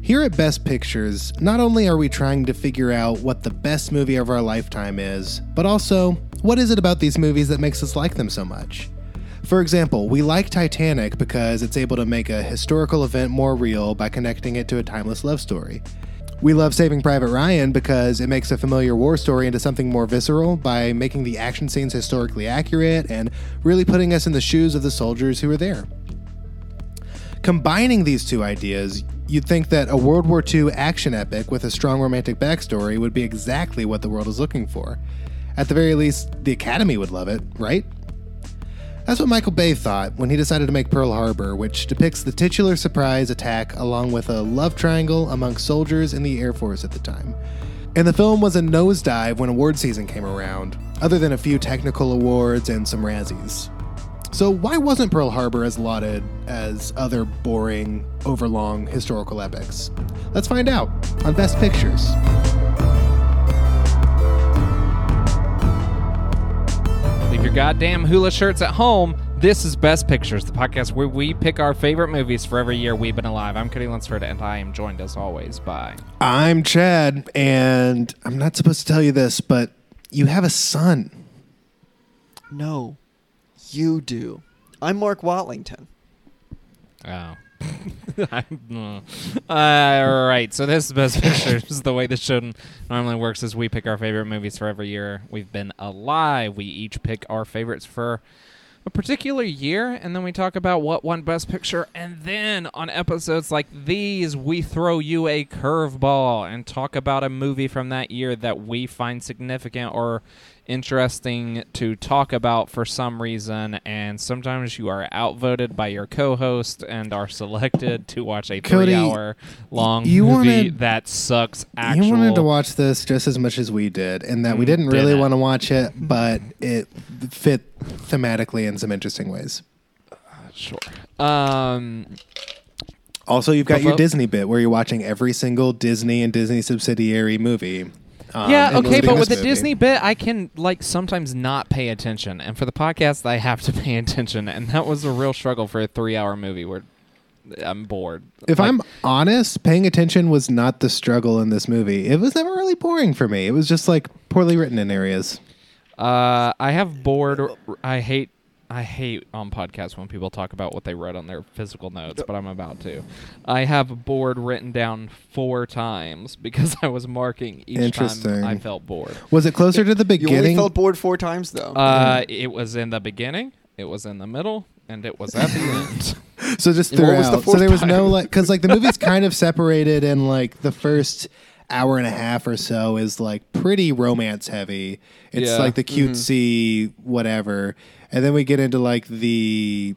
Here at Best Pictures, not only are we trying to figure out what the best movie of our lifetime is, but also, what is it about these movies that makes us like them so much? For example, we like Titanic because it's able to make a historical event more real by connecting it to a timeless love story. We love Saving Private Ryan because it makes a familiar war story into something more visceral by making the action scenes historically accurate and really putting us in the shoes of the soldiers who were there. Combining these two ideas, you'd think that a World War II action epic with a strong romantic backstory would be exactly what the world is looking for. At the very least, the Academy would love it, right? That's what Michael Bay thought when he decided to make Pearl Harbor, which depicts the titular surprise attack along with a love triangle among soldiers in the Air Force at the time. And the film was a nosedive when award season came around, other than a few technical awards and some Razzies. So, why wasn't Pearl Harbor as lauded as other boring, overlong historical epics? Let's find out on Best Pictures. Leave your goddamn hula shirts at home. This is Best Pictures, the podcast where we pick our favorite movies for every year we've been alive. I'm Cody Lunsford, and I am joined as always by. I'm Chad, and I'm not supposed to tell you this, but you have a son. No, you do. I'm Mark Watlington. Oh. All right, so this is Best Pictures. the way the show normally works is we pick our favorite movies for every year we've been alive. We each pick our favorites for a particular year, and then we talk about what won Best Picture. And then on episodes like these, we throw you a curveball and talk about a movie from that year that we find significant or interesting to talk about for some reason. And sometimes you are outvoted by your co host and are selected to watch a Cody, three hour long you movie wanted- that sucks actual You wanted to watch this just as much as we did, and that we Mm, didn't really didn't. want to watch it, but it fit thematically in some interesting ways. sure. Um, Also, you've got your Buffalo? Disney bit where you're watching every single Disney and Disney subsidiary movie. um, yeah, okay, including but this with the movie. Disney bit, I can like sometimes not pay attention, and for the podcast, I have to pay attention, and that was a real struggle for a three-hour movie where I'm bored. If Like, I'm honest, paying attention was not the struggle in this movie. It was never really boring for me. It was just like poorly written in areas. uh, I have bored. I hate. I hate on podcasts when people talk about what they wrote on their physical notes, but I'm about to. I have bored written down four times because I was marking each time Interesting. I felt bored. Was it closer to the You beginning? only felt bored four times, though. Uh, it was in the beginning, it was in the middle, and it was at the end. So just What was the throughout. so fourth there was no time? like because like the movie's kind of separated and like the first hour and a half or so is like pretty romance heavy. It's Yeah. Mm-hmm. like the cutesy whatever, and then we get into like the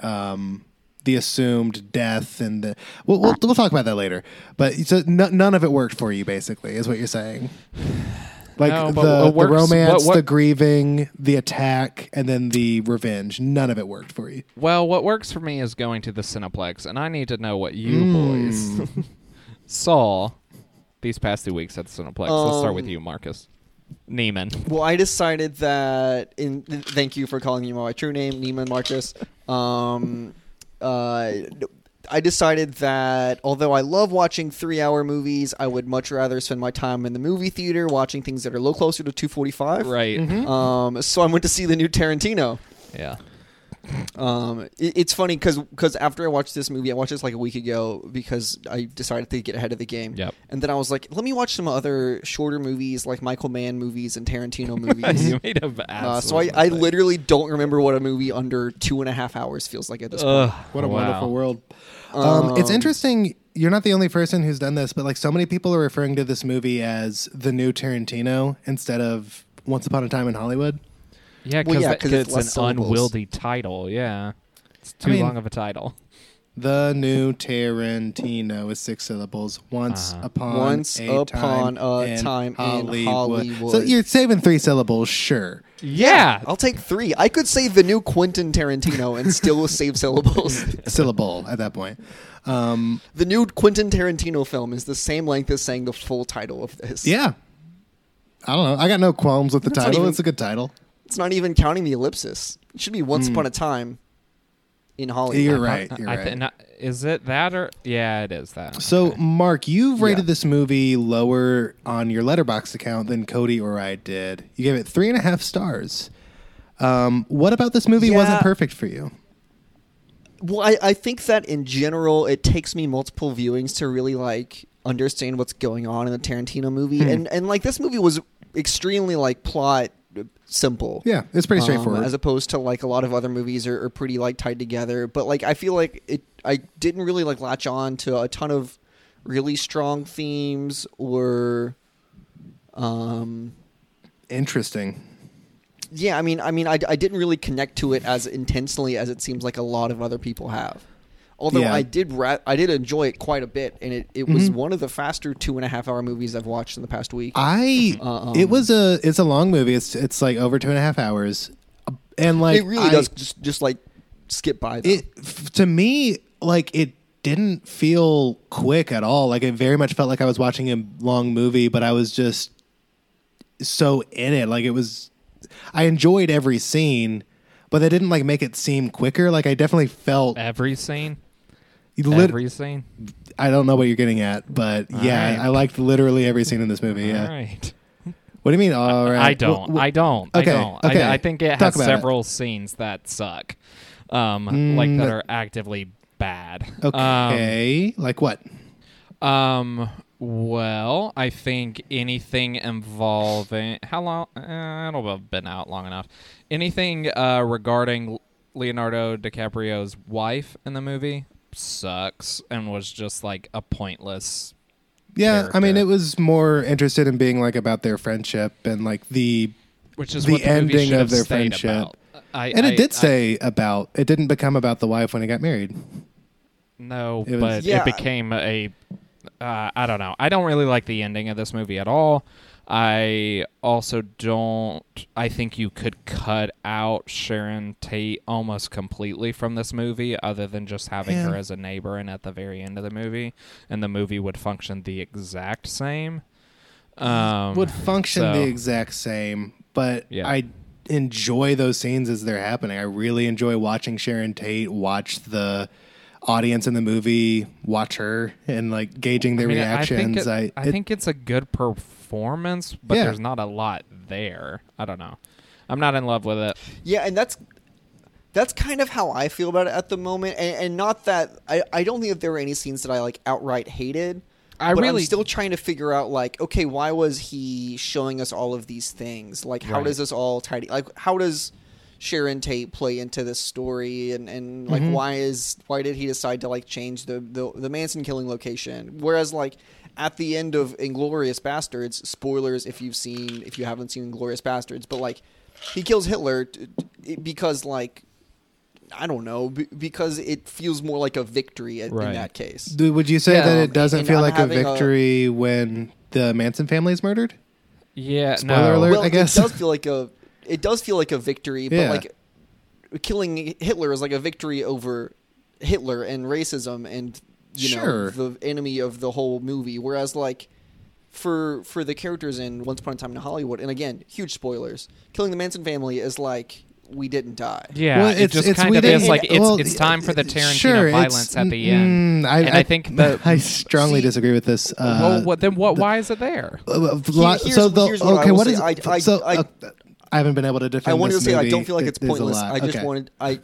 um the assumed death and the we'll we'll, we'll talk about that later. But so n- none of it worked for you basically is what you're saying. Like No, but the, what the works- romance, what- what- the grieving, the attack, and then the revenge. None of it worked for you. Well, what works for me is going to the Cineplex, and I need to know what you boys saw these past two weeks at the Cineplex. Let's start with Um, you, Marcus. Neiman. well, I decided that. In th- thank you for calling me by my true name, Neiman Marcus. Um, uh, I decided that although I love watching three-hour movies, I would much rather spend my time in the movie theater watching things that are a little closer to two forty-five. Right. Um, so I went to see the new Tarantino. Yeah. Um, it, it's funny because after I watched this movie, I watched this like a week ago because I decided to get ahead of the game. Yep. And then I was like, let me watch some other shorter movies like Michael Mann movies and Tarantino movies. you made a uh, bad. so I, I literally don't remember what a movie under two and a half hours feels like at this Uh, point. What Oh, a wonderful world. Um, it's interesting. You're not the only person who's done this, but like so many people are referring to this movie as the new Tarantino instead of Once Upon a Time in Hollywood. Yeah, because Well, yeah, 'cause it's it's, less an syllables. unwieldy title. Yeah. It's too mean- long of a title. The new Tarantino is six syllables. Once Uh-huh. upon Once a upon time a in time in Hollywood. So you're saving three syllables, sure. Yeah. I'll take three. I could say the new Quentin Tarantino and still save syllables. Syllable at that point. Um, The new Quentin Tarantino film is the same length as saying the full title of this. yeah. I don't know. I got no qualms with the That's not title. even- It's a good title. It's not even counting the ellipsis. It should be Once Upon a Time in Hollywood. Hmm. You're I- right. You're I right. thi- no, is it that or yeah, it is that. So, Okay. Mark, you've rated Yeah. this movie lower on your letterbox account than Cody or I did. You gave it three and a half stars. Um, what about this movie Yeah. wasn't perfect for you? Well, I, I think that in general, it takes me multiple viewings to really like understand what's going on in a Tarantino movie, Hmm. and and like this movie was extremely like plot uh, simple. Yeah, it's pretty Um, straightforward. as opposed to like a lot of other movies are, are pretty like tied together. But like I feel like it, I didn't really like latch on to a ton of really strong themes or, um, Interesting. yeah. I mean, I mean, I, I didn't really connect to it as intensely as it seems like a lot of other people have. Although Yeah. Mm-hmm. I did, ra- I did enjoy it quite a bit, and it, it was one of the faster two and a half hour movies I've watched in the past week. I Uh, um, it was a it's a long movie. It's it's like over two and a half hours, and like it really I- does just just like skip by. Them. It f- to me like it didn't feel quick at all. Like it very much felt like I was watching a long movie, but I was just so in it. Like it was, I enjoyed every scene, but they didn't like make it seem quicker. Like I definitely felt. every scene, lit- every scene. I don't know what you're getting at, but yeah, right. I liked literally every scene in this movie. Yeah. All right. What do you mean? All right. I don't. I don't. okay, I don't. okay. I, I think it Talk has about it. several scenes that suck, um, like that are actively bad. Um, Mm, Okay. like what? Um. Well, I think anything involving how long? Uh, it'll have been out long enough. Anything uh, regarding Leonardo DiCaprio's wife in the movie sucks and was just like a pointless. Yeah, I mean, character. it was more interested in being like about their friendship and like the, Which is The what the movie ending should of have their stayed friendship. about. I, and it I- did I- say about it didn't become about the wife when he got married. No, It was- but Yeah. it became a. Uh, I don't know. I don't really like the ending of this movie at all. I also don't. I think you could cut out Sharon Tate almost completely from this movie, other than just having Yeah. her as a neighbor and at the very end of the movie, and the movie would function the exact same. Um, Would function so- the exact same, but Yeah. I enjoy those scenes as they're happening. I really enjoy watching Sharon Tate watch the audience in the movie watch her and like gauging their I mean, I think reactions. it- I, I it- think it's a good performance, but Yeah. there's not a lot there. I don't know. I'm not in love with it. Yeah, and that's that's kind of how I feel about it at the moment, and, and not that I, I don't think that there were any scenes that I like outright hated. I but really- I'm still trying to figure out like, okay, why was he showing us all of these things? Like, how Right. does this all tie? to- Like, how does Sharon Tate play into this story? And and Mm-hmm. like, why is why did he decide to like change the the, the Manson killing location? Whereas like. At the end of Inglorious Bastards, spoilers if you've seen if you haven't seen Inglorious Bastards, but like he kills Hitler t- t- because like I don't know b- because it feels more like a victory in, in Right. that case. Do- would you say Yeah, that um, it doesn't and feel I'm like a having a- victory when the Manson family is murdered? Yeah. Spoiler no. alert. Well, I guess. it does feel like a it does feel like a victory, but Yeah. like killing Hitler is like a victory over Hitler and racism and you Sure. know the enemy of the whole movie. Whereas like for for the characters in Once Upon a Time in Hollywood, and again, huge spoilers, killing the Manson family is like we didn't die. Yeah, Well, it it's- just it's- kind we of is didn't- like it's, well, uh, it's time for the Tarantino sure, it's- violence at the end. mm, I, and I, think the I strongly disagree with this. Uh, well, what, then what? Why is it there? Uh, Here- here's- so the here's what I okay, will what say. is I- I- so? I- uh, I haven't been able to defend. I wanted to this say I movie. don't feel like It it's is a pointless. lot. I just Okay. wanted I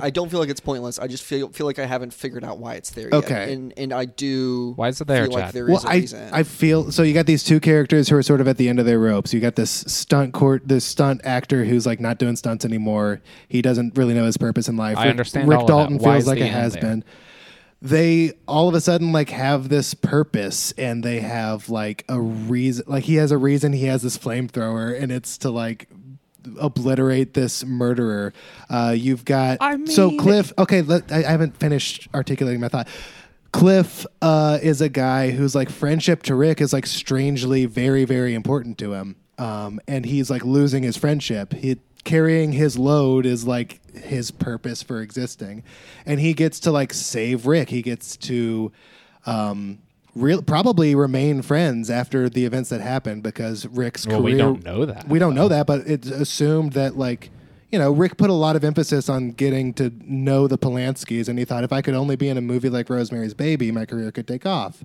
I don't feel like it's pointless. I just feel feel like I haven't figured out why it's there yet. Okay. And and I do Why is it there, feel like Chad? there Well, is a I, reason. I feel so. You got these two characters who are sort of at the end of their ropes. You got this stunt court, this stunt actor who's like not doing stunts anymore. He doesn't really know his purpose in life. I Rick- understand Rick all of that. Dalton Why feels is like the a end has there? been. They all of a sudden like have this purpose and they have like a reason. Like he has a reason. He has this flamethrower and it's to like obliterate this murderer. Uh, you've got I so mean- Cliff. Okay, let, I, I haven't finished articulating my thought. Cliff uh, is a guy whose like friendship to Rick is like strangely very very important to him, um, and he's like losing his friendship. He carrying his load is like his purpose for existing, and he gets to like save Rick. He gets to. Um, Real, probably remain friends after the events that happened because Rick's Well, we career. don't know that, We don't know that, but it's assumed that like you know, Rick put a lot of emphasis on getting to know the Polanskis, and he thought if I could only be in a movie like Rosemary's Baby, my career could take off.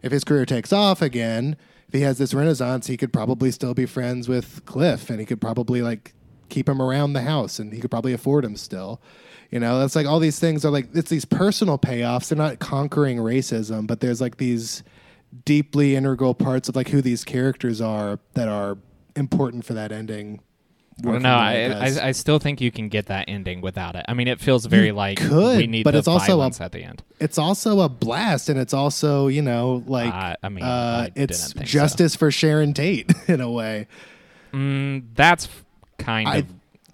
If his career takes off again, if he has this renaissance, he could probably still be friends with Cliff, and he could probably like keep him around the house, and he could probably afford him still. You know, that's like all these things are like it's these personal payoffs. They're not conquering racism, but there's like these deeply integral parts of like who these characters are that are important for that ending. I don't know. I, I, I still think you can get that ending without it. I mean, it feels very like could, we need but the it's also a- violence at the end. it's also a blast, and it's also you know like Uh, I mean, uh, I it's didn't think so. justice for Sharon Tate in a way. Mm, that's f- kind I- of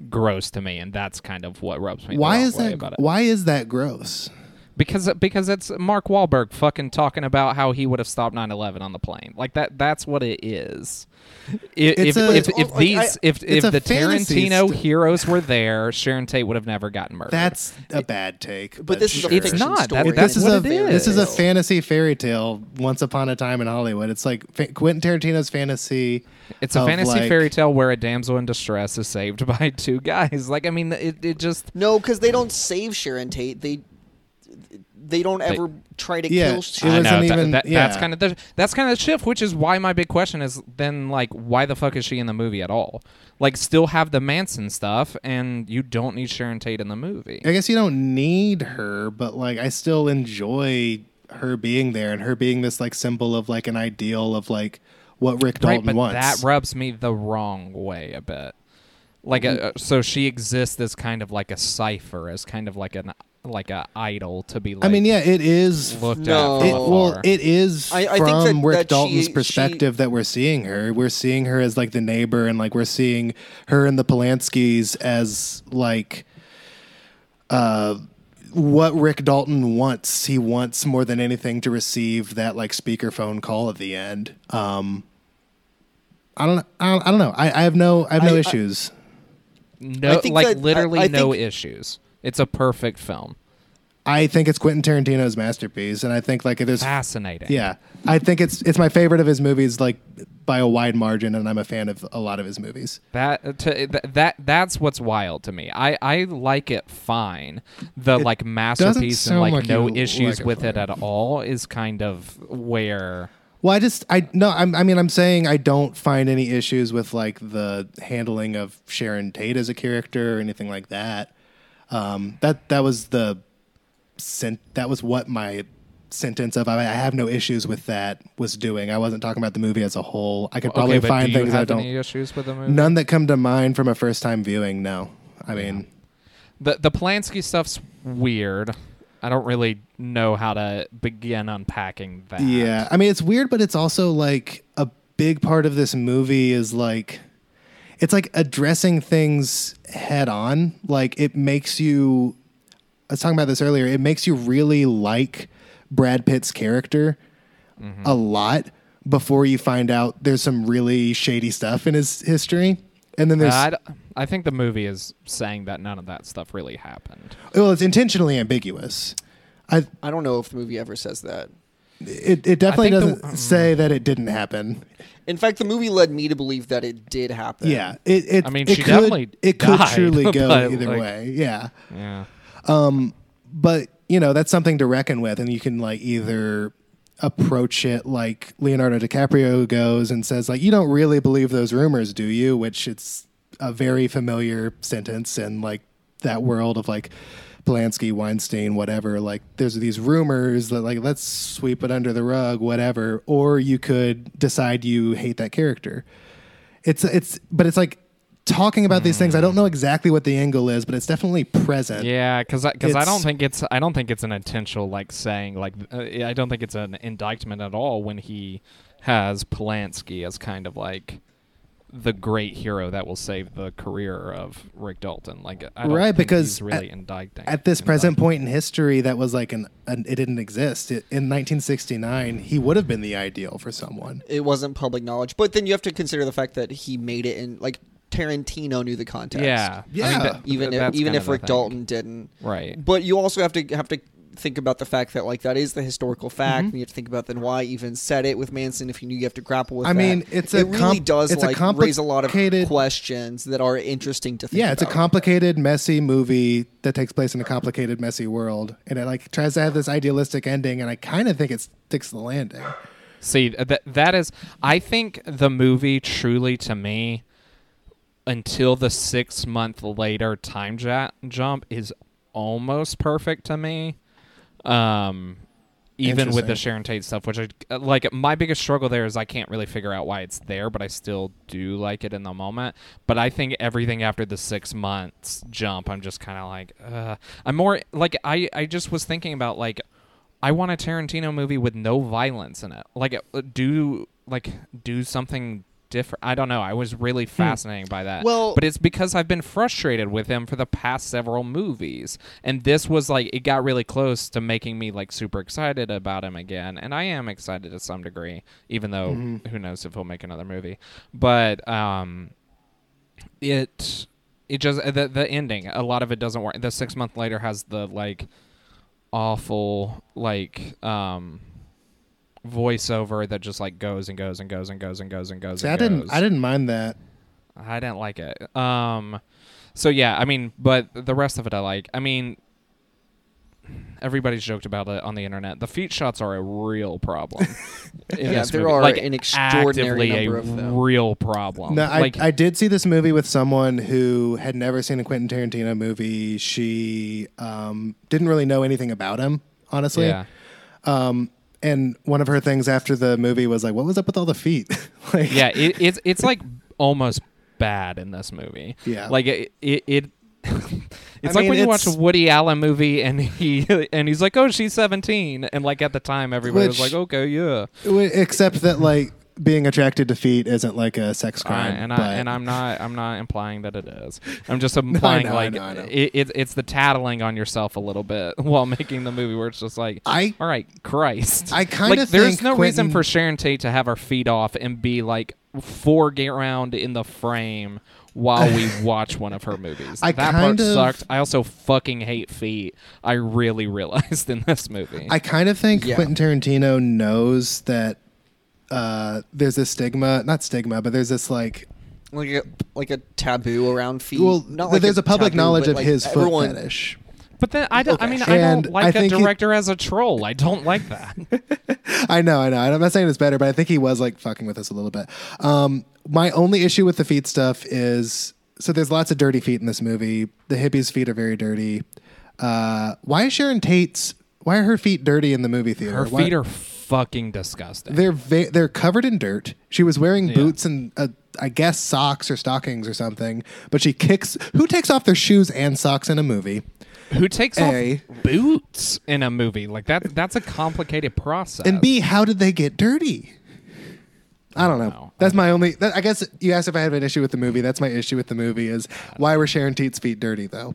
gross to me, and that's kind of what rubs me. the Why wrong is way that? About it. Why is that gross? Because because it's Mark Wahlberg fucking talking about how he would have stopped 9/11 on the plane. Like that. That's what it is. I- If a- if, it's if all- these like, I- if it's a if the fantasy Tarantino st- heroes were there, Sharon Tate would have never gotten murdered. That's a bad take. But, this is a sure. It's fiction not. That- Story. that's this is what a it is. this is a fantasy fairy tale. Once upon a time in Hollywood, it's like fa- Quentin Tarantino's fantasy. It's a of, fantasy like- fairy tale where a damsel in distress is saved by two guys. Like, I mean, it, it just. No, because they don't save Sharon Tate. They they don't ever try to Yeah, it kill I Sharon. was- know, wasn't tha- even- that- that's yeah. kind of the, that's kind of the shift, which is why my big question is then like, why the fuck is she in the movie at all? Like, still have the Manson stuff, and you don't need Sharon Tate in the movie. I guess you don't need her, but like I still enjoy her being there and her being this like symbol of like an ideal of like what Rick Dalton right, but wants. that rubs me the wrong way a bit. Like, Mm-hmm. uh so she exists as kind of like a cipher, as kind of like an like a idol to be. Like, I mean, yeah, it is. looked No. at. From It, well, afar. it is I- I think from that- Rick that Dalton's she- perspective that we're seeing her. We're seeing her as like the neighbor, and like we're seeing her and the Polanskis as like uh, what Rick Dalton wants. He wants more than anything to receive that like speakerphone call at the end. Um, I don't. I don't, I don't know. I, I have no. I have no I- I- issues. no, I think like that- I- literally I no think- issues. It's a perfect film. I think it's Quentin Tarantino's masterpiece, and I think like if there's Fascinating. Yeah, I think it's it's my favorite of his movies, like by a wide margin, and I'm a fan of a lot of his movies. That to, th- that that's what's wild to me. I, I like it fine. The like masterpiece and sound like, like no you issues like it with it fine. at all is kind of where Well, I just I no, I'm, I mean I'm saying I don't find any issues with like the handling of Sharon Tate as a character or anything like that. Um, that that was the sent that was what my sentence of I, I have no issues with that was doing. I wasn't talking about the movie as a whole. I could probably okay, but find do you things I have don't any issues with the movie? none that come to mind from a first time viewing. No, I mean. The the Polanski stuff's weird. I don't really know how to begin unpacking that. Yeah, I mean it's weird, but it's also like a big part of this movie is like it's like addressing things head on. Like it makes you. I was talking about this earlier. It makes you really like Brad Pitt's character Mm-hmm. a lot before you find out there's some really shady stuff in his history, and then there's I, d- I think the movie is saying that none of that stuff really happened. well, it's intentionally ambiguous. I I don't know if the movie ever says that. it, it definitely think the- mm-hmm. doesn't say that it didn't happen. In fact, the movie led me to believe that it did happen. Yeah, it. it I mean, it she could, definitely it could died, truly go but, either like- way. Yeah, Yeah. but you know that's something to reckon with, and you can like either approach it like Leonardo DiCaprio goes and says like, "You don't really believe those rumors, do you?" Which it's a very familiar sentence in like that world of like Polanski, Weinstein, whatever. Like, there's these rumors that like let's sweep it under the rug, whatever. Or you could decide you hate that character. It's it's but it's like talking about these things. I don't know exactly what the angle is, but it's definitely present. Yeah, because because I, It's- don't think it's I don't think it's an intentional like saying like uh, I don't think it's an indictment at all when he has Polanski as kind of like the great hero that will save the career of Rick Dalton. Like I don't Right, think because he's really indicting at this indicting. present point in history that was like an, an it didn't exist it, in 1969 he would have been the ideal for someone It wasn't public knowledge. But then you have to consider the fact that he made it in like Tarantino knew the context. Yeah, I mean, Yeah. that- Even that's if, even kind if of the Rick thing. Dalton didn't. Right. But you also have to have to think about the fact that like that is the historical Mm-hmm. fact, and you have to think about then why even set it with Manson if you knew you have to grapple with. I that. mean, it's a it really comp- does it's a like raise a lot complicated- of questions that are interesting to think. Yeah, it's a about. complicated, messy movie that takes place in a complicated, messy world, and it like tries to have this idealistic ending, and I kind of think it sticks the landing. See, that that is I think the movie truly to me until the 6 month later time ja- jump is almost perfect to me. Um even with the Sharon Tate stuff, which I like, my biggest struggle there is I can't really figure out why it's there, but I still do like it in the moment. But I think everything after the six months jump, I'm just kind of like, uh, I'm more like I I just was thinking about like, I want a Tarantino movie with no violence in it. Like uh, do like do something different. I don't know. I was really fascinated by that. Well- but it's because I've been frustrated with him for the past several movies. And this was like it got really close to making me like super excited about him again. And I am excited to some degree, even though Mm-hmm. who knows if he'll make another movie. But um it it just the the ending, a lot of it doesn't work. The 6 month later has the like awful like um voiceover that just like goes and goes and goes and goes and goes and goes. See, I and didn't, goes. I didn't mind that. I didn't like it. Um, so yeah, I mean, but the rest of it I like. I mean, everybody's joked about it on the internet. The feet shots are a real problem. in Yeah, this there movie. are like, an extraordinary actively number a of them. real problem. No, I, like I did see this movie with someone who had never seen a Quentin Tarantino movie. She um, didn't really know anything about him, honestly. yeah, Um, and one of her things after the movie was like, "What was up with all the feet?" like, yeah. It, it's it's like almost bad in this movie. Yeah. like it it. it It's like mean, when you watch it's- a Woody Allen movie and he and he's like, "Oh, she's 17," and like at the time everybody was Which- like, "Okay, yeah." w- except that like being attracted to feet isn't like a sex crime. Alright, Uh, and but- I and I'm not I'm not implying that it is. I'm just implying know, I like know, I know. It, it, it's the tattling on yourself a little bit while making the movie where it's just like I- all right Christ I kinda like there's think no reason Quentin- for Sharon Tate to have her feet off and be like foreground in the frame while we watch one of her movies. I that part kind of- sucked. I also fucking hate feet. I really realized in this movie. I kind of think Yeah. Quentin Tarantino knows that uh, there's this stigma, not stigma, but there's this like like a like a taboo around feet. well, Not like there's a, public taboo, knowledge but, of like, his everyone- foot fetish. but then I don't. I Okay. mean, I And don't like I a think he- director as a troll. I don't like that. I know, I know. And I'm not saying it's better, but I think he was like fucking with us a little bit. Um, my only issue with the feet stuff is so there's lots of dirty feet in this movie. The hippies' feet are very dirty. Uh, why is Sharon Tate's? Why are her feet dirty in the movie theater? Her Why- feet are fucking disgusting. They're ve- they're covered in dirt. She was wearing boots and uh, I guess socks or stockings or something. But she kicks. Who takes off their shoes and socks in a movie? Who takes A. off boots in a movie? Like that that's a complicated process. And B, how did they get dirty? I don't know. know. That's my only. That, I guess you asked if I had an issue with the movie. That's my issue with the movie is why were Sharon Tate's feet dirty though?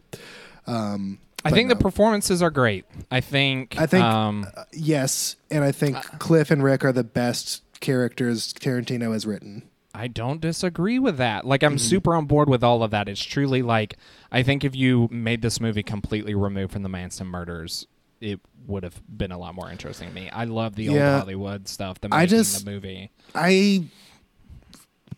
Um, I but think no. the performances are great. I think I think um uh, yes, and I think Uh. Cliff and Rick are the best characters Tarantino has written. I don't disagree with that. Like Mm. I'm super on board with all of that. It's truly like I think if you made this movie completely removed from the Manson murders, it would have been a lot more interesting to me. I love the Yeah. old Hollywood stuff, the making I just- the movie. I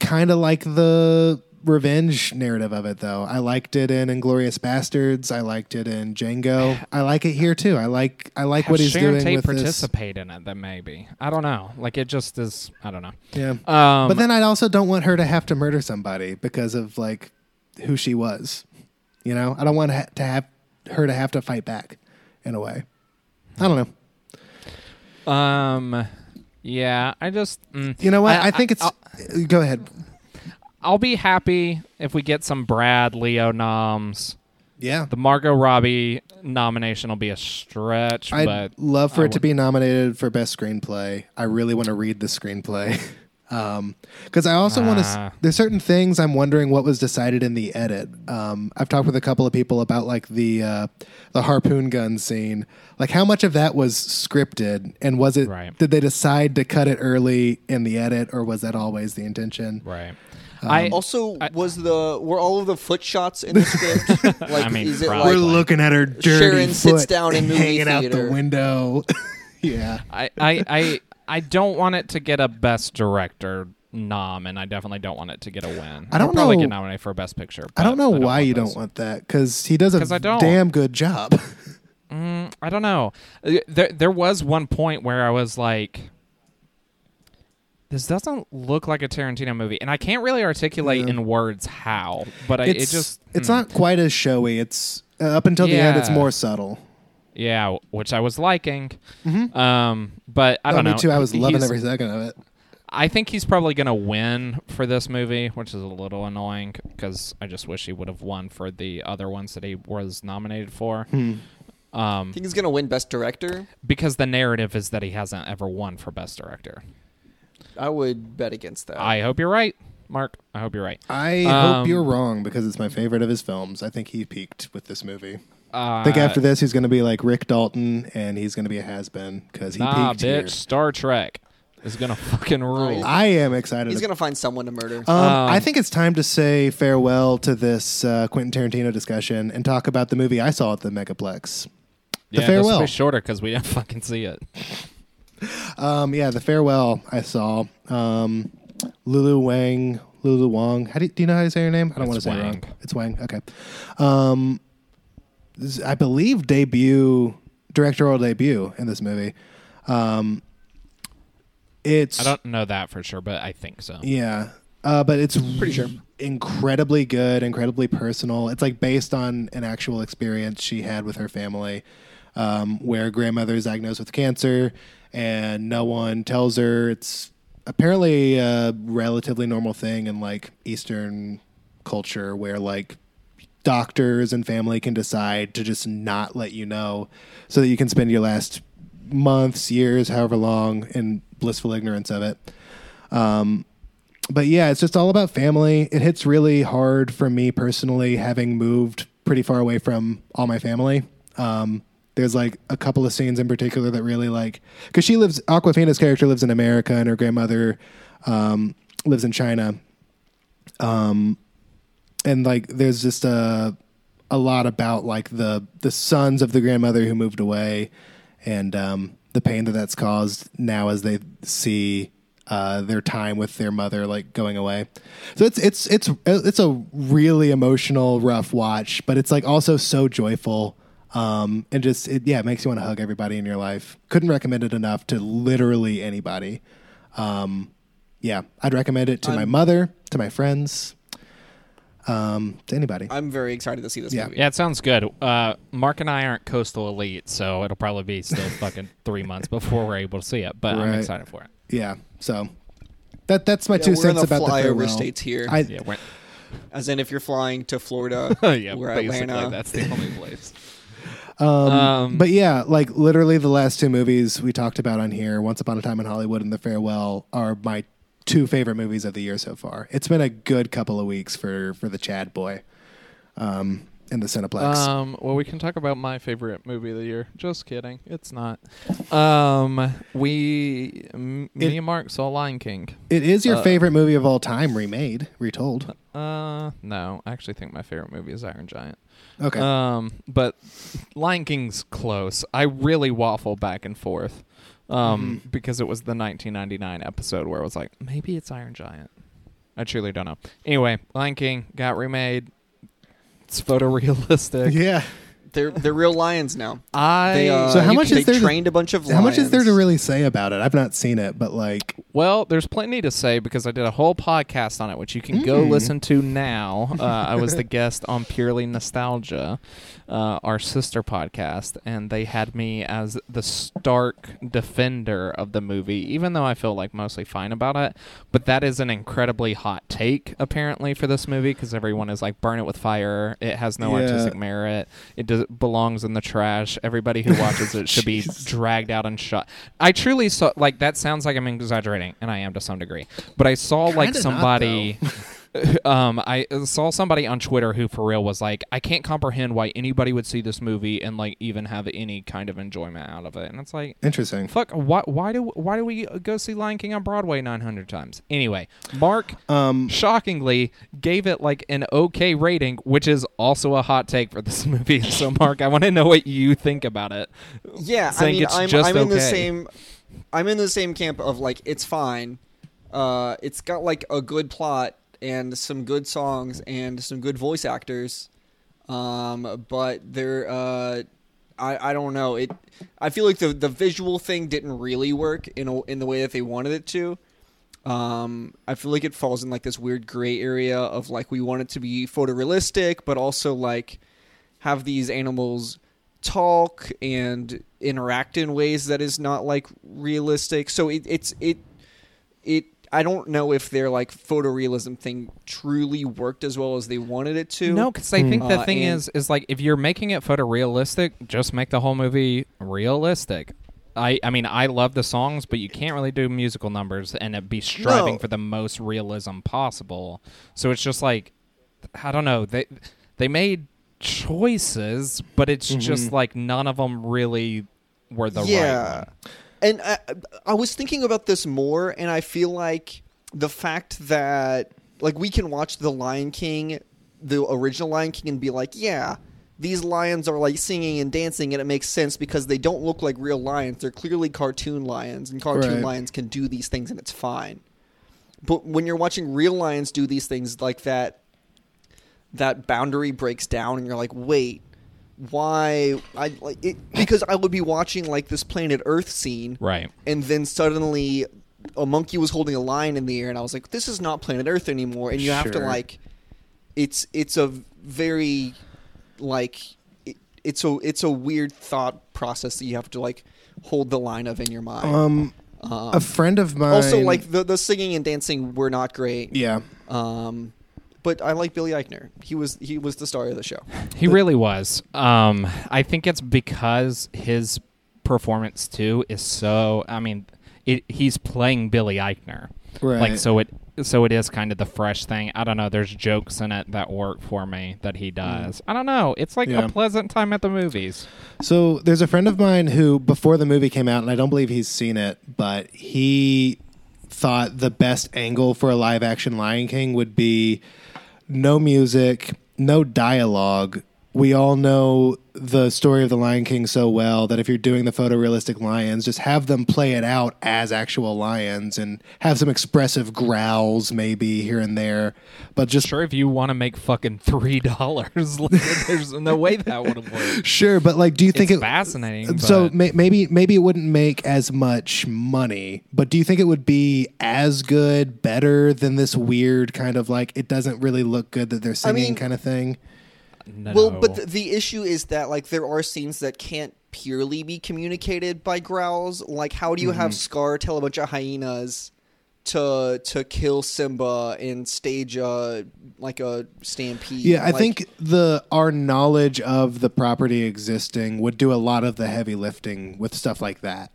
kind of like the revenge narrative of it though. I liked it in Inglorious Bastards. I liked it in Django. I like it here too. I like I like Have what he's Sharon doing Tate with this. participate in it then maybe. I don't know. Like it just is I don't know. Yeah. Um but then I also don't want her to have to murder somebody because of like who she was. You know, I don't want ha- to have her to have to fight back in a way. I don't know. Um. Yeah, I just. mm. You know what? I, I- think it's. I- go ahead. I'll be happy if we get some Brad Leo noms. Yeah. The Margot Robbie nomination will be a stretch, I'd but love for I it to be nominated for best screenplay. I really want to read the screenplay. Um, because I also want Ah. to. There's certain things I'm wondering what was decided in the edit. Um, I've talked with a couple of people about like the uh, the harpoon gun scene. Like how much of that was scripted, and was it? Right. Did they decide to cut it early in the edit, or was that always the intention? right. I Also, I- was the were all of the foot shots in the script? Like, I mean, is it probably. We're like looking at her dirty Sharon foot sits down in movie hanging out the theater. window. yeah. I, I, I, I don't want it to get a best director nom, and I definitely don't want it to get a win. I don't It'll probably know- get nominated for best picture. I don't but know why you those. don't want that because he does a 'Cause I don't. damn good job. Mm, I don't know. Uh, There, there was one point where I was like, "This doesn't look like a Tarantino movie," and I can't really articulate Yeah. in words how. But I, it it's just it's mm. not quite as showy. It's uh, up until the end. It's Yeah. more subtle. Mm-hmm. Yeah, w- which I was liking. Um, but I Oh, don't me know. too. I was loving He's- every second of it. I think he's probably going to win for this movie, which is a little annoying because I just wish he would have won for the other ones that he was nominated for. Hmm. I Um, think he's gonna win Best Director. because the narrative is that he hasn't ever won for Best Director. I would bet against that. I hope you're right, Mark. I hope you're right. I Um, hope you're wrong because it's my favorite of his films. I think he peaked with this movie. Uh, I think after this, he's going to be like Rick Dalton, and he's going to be a has been because he nah, peaked bitch, here. Star Trek is going to fucking rule. I am excited. he's ab- gonna find someone to murder. um, Um, I think it's time to say farewell to this uh, Quentin Tarantino discussion and talk about the movie I saw at the Megaplex. The yeah, This farewell. will be shorter because we didn't fucking see it. Um, yeah, the farewell I saw. Um, Lulu Wang, Lulu Wang. How do you, do you know how to say her name? I don't want It's to say it wrong. Wang. It's Wang. Okay. Um, this- I believe debut directorial debut in this movie. Um, it's I don't know that for sure, but I think so. yeah, uh, but it's pretty sure incredibly good, incredibly personal. It's like based on an actual experience she had with her family, um, where grandmother is diagnosed with cancer, and no one tells her. It's apparently a relatively normal thing in like Eastern culture, where like doctors and family can decide to just not let you know so that you can spend your last months, years, however long in blissful ignorance of it. Um, but yeah, it's just all about family. It hits really hard for me personally, having moved pretty far away from all my family. Um, there's like a couple of scenes in particular that really like because she lives Aquafina's character lives in America and her grandmother um, lives in China and like there's just a a lot about like the the sons of the grandmother who moved away and um the pain that that's caused now as they see uh, their time with their mother like going away so it's it's it's it's a really emotional rough watch but it's like also so joyful um and just it, yeah it makes you want to hug everybody in your life couldn't recommend it enough to literally anybody um yeah i'd recommend it to my mother to my friends um, to anybody. I'm very excited to see this Yeah. movie. Yeah, it sounds good. Uh, Mark and I aren't coastal elite, so it'll probably be still fucking three months before we're able to see it. But I'm Right. excited for it. yeah. So that that's my Yeah, two we're in cents the about the flyover farewell. states here. I, Yeah, we're, As in, if you're flying to Florida yeah, or basically, Atlanta, that's the only place. um, Um, but yeah, like literally the last two movies we talked about on here, Once Upon a Time in Hollywood and The Farewell, are my two favorite movies of the year so far. It's been a good couple of weeks for for the Chad boy, um, in the Cineplex. Um, well, we can talk about my favorite movie of the year. Just kidding, it's not. Um, we, m- It- me and Mark saw Lion King. it is your uh, favorite movie of all time, remade, retold. Uh, no, I actually think my favorite movie is Iron Giant. Okay. Um, but Lion King's close. I really waffle back and forth. Um, because it was the 1999 episode where I was like, maybe it's Iron Giant. I truly don't know. Anyway, Lion King got remade. It's photorealistic. yeah. they're they're real lions now. I They, uh, So how you- much they is there to- trained a bunch of lions. How much is there to really say about it? I've not seen it, but like, Well, there's plenty to say because I did a whole podcast on it, which you can go Mm. listen to now. Uh, I was the guest on Purely Nostalgia, uh, our sister podcast, and they had me as the stark defender of the movie, even though I feel like mostly fine about it. But that is an incredibly hot take, apparently, for this movie because everyone is like, burn it with fire. It has no Yeah. artistic merit. It does, belongs in the trash. Everybody who watches it should be Jesus. dragged out and shot. I truly saw like that sounds like I'm exaggerating, and I am to some degree. But I saw Kinda like not, somebody. um, I saw somebody on Twitter who, for real, was like, "I can't comprehend why anybody would see this movie and like even have any kind of enjoyment out of it." And it's like, Interesting. fuck, why, why do why do we go see Lion King on Broadway nine hundred times? Anyway, Mark Um, shockingly gave it like an okay rating, which is also a hot take for this movie. So, Mark, I want to know what you think about it. Yeah, I Saying mean, it's I'm, just I'm in the okay. same, I'm in the same camp of like it's fine. Uh, it's got like a good plot and some good songs and some good voice actors, um, but there, uh, I I don't know. It, I feel like the the visual thing didn't really work in a, in the way that they wanted it to. Um, I feel like it falls in like this weird gray area of like we want it to be photorealistic, but also like have these animals talk and interact in ways that is not like realistic. So it, it's it it I don't know if their like photorealism thing truly worked as well as they wanted it to. No, because I think the Uh, thing and- is, is like if you're making it photorealistic, just make the whole movie realistic. I, I mean, I love the songs, but you can't really do musical numbers and it be striving No. for the most realism possible. So it's just like, I don't know. They they made choices, but it's just like none of them really were the right one. And I, I was thinking about this more, and I feel like the fact that like we can watch the Lion King, the original Lion King, and be like, yeah. These lions are like singing and dancing, and it makes sense because they don't look like real lions. They're clearly cartoon lions, and cartoon Right. lions can do these things, and it's fine. But when you're watching real lions do these things like that, that boundary breaks down and you're like wait why i like it because i would be watching like this planet earth scene Right. and then suddenly a monkey was holding a lion in the air and i was like this is not planet earth anymore and you have to Sure. like it's it's a very like it, it's a it's a weird thought process that you have to like hold the line of in your mind um, a friend of mine. Uh, also like the, the singing and dancing were not great yeah. um, but I like Billy Eichner. He was he was the star of the show. He really was. Um, I think it's because his performance too is so. I mean, it, he's playing Billy Eichner, Right. like so it so it is kind of the fresh thing. I don't know. There's jokes in it that work for me that he does. I don't know. It's like Hmm. Yeah. a pleasant time at the movies. So there's a friend of mine who, before the movie came out, and I don't believe he's seen it, but he thought the best angle for a live action Lion King would be no music, no dialogue. We all know the story of the Lion King so well that if you're doing the photorealistic lions, just have them play it out as actual lions and have some expressive growls maybe here and there, but just Sure, if you want to make fucking three dollars, there's no way that would have worked. Sure, but like, do you think It's it fascinating, So but- may, maybe maybe it wouldn't make as much money, but do you think it would be as good, better than this weird kind of like it doesn't really look good that they're singing mean- kind of thing? No. Well, but the, the issue is that like there are scenes that can't purely be communicated by growls. Like how do you have Mm-hmm. Scar tell a bunch of hyenas to to kill Simba and stage a like a stampede? Yeah, I Like, think the our knowledge of the property existing would do a lot of the heavy lifting with stuff like that.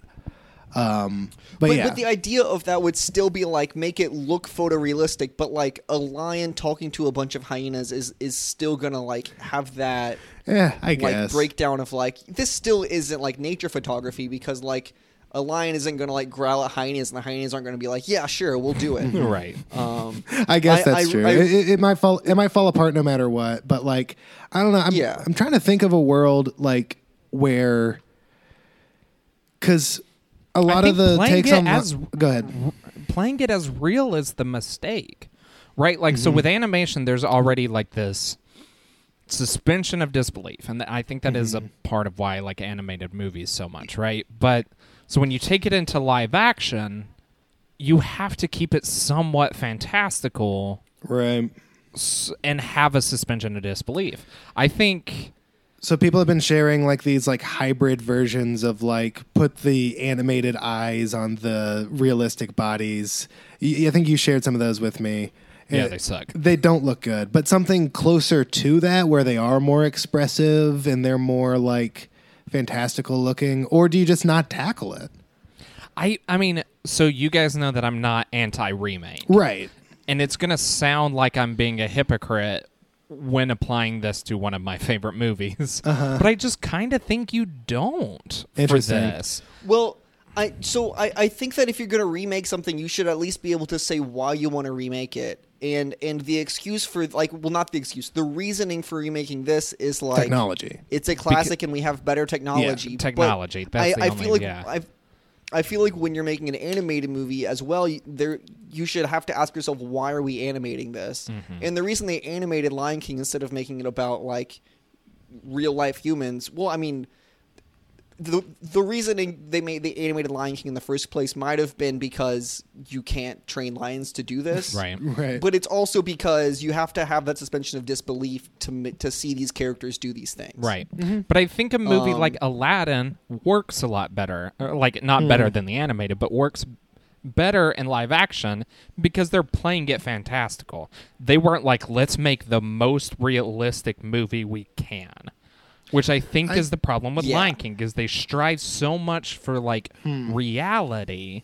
Um, but, But, yeah, but the idea of that would still be like make it look photorealistic, but like a lion talking to a bunch of hyenas is is still gonna like have that yeah, Eh, I like guess. breakdown of like this still isn't like nature photography because like a lion isn't going to like growl at hyenas and the hyenas aren't going to be like yeah sure we'll do it right. um I guess I- that's I- true. I- it, it- it might fall. It might fall apart no matter what. But like, I don't know. I'm, Yeah. I'm trying to think of a world like where, because a lot of think the playing takes it on. as- go ahead. playing it as real is the mistake, right? Like, so with animation, there's already like this suspension of disbelief, and I think that is a part of why I like animated movies so much, right? But so when you take it into live action, you have to keep it somewhat fantastical Right. s- and have a suspension of disbelief. I think. So people have been sharing like these like hybrid versions of like put the animated eyes on the realistic bodies. Y- I think you shared some of those with me. Yeah, Uh, they suck. They don't look good, but something closer to that where they are more expressive and they're more like fantastical looking or do you just not tackle it? I I mean, so you guys know that I'm not anti remake. Right. and it's going to sound like I'm being a hypocrite when applying this to one of my favorite movies. But I just kind of think you don't for Interesting. this. Well, I so I, I think that if you're going to remake something, you should at least be able to say why you want to remake it. And and the excuse for like well not the excuse the reasoning for remaking this is like Technology. It's a classic, and we have better technology. but technology, that's I, the I only- feel like yeah. I, I feel like when you're making an animated movie as well, you, there you should have to ask yourself why are we animating this? Mm-hmm. And the reason they animated Lion King instead of making it about like real life humans. Well, I mean. The, the reasoning they made the animated Lion King in the first place might have been because you can't train lions to do this, Right. Right. But it's also because you have to have that suspension of disbelief to m- to see these characters do these things, Right. But I think a movie Um, like Aladdin works a lot better. or, Like, not better Mm. than the animated, but works better in live action because they're playing it fantastical. They weren't like, let's make the most realistic movie we can. Which I think is the problem with Yeah. Lion King is they strive so much for like Hmm. reality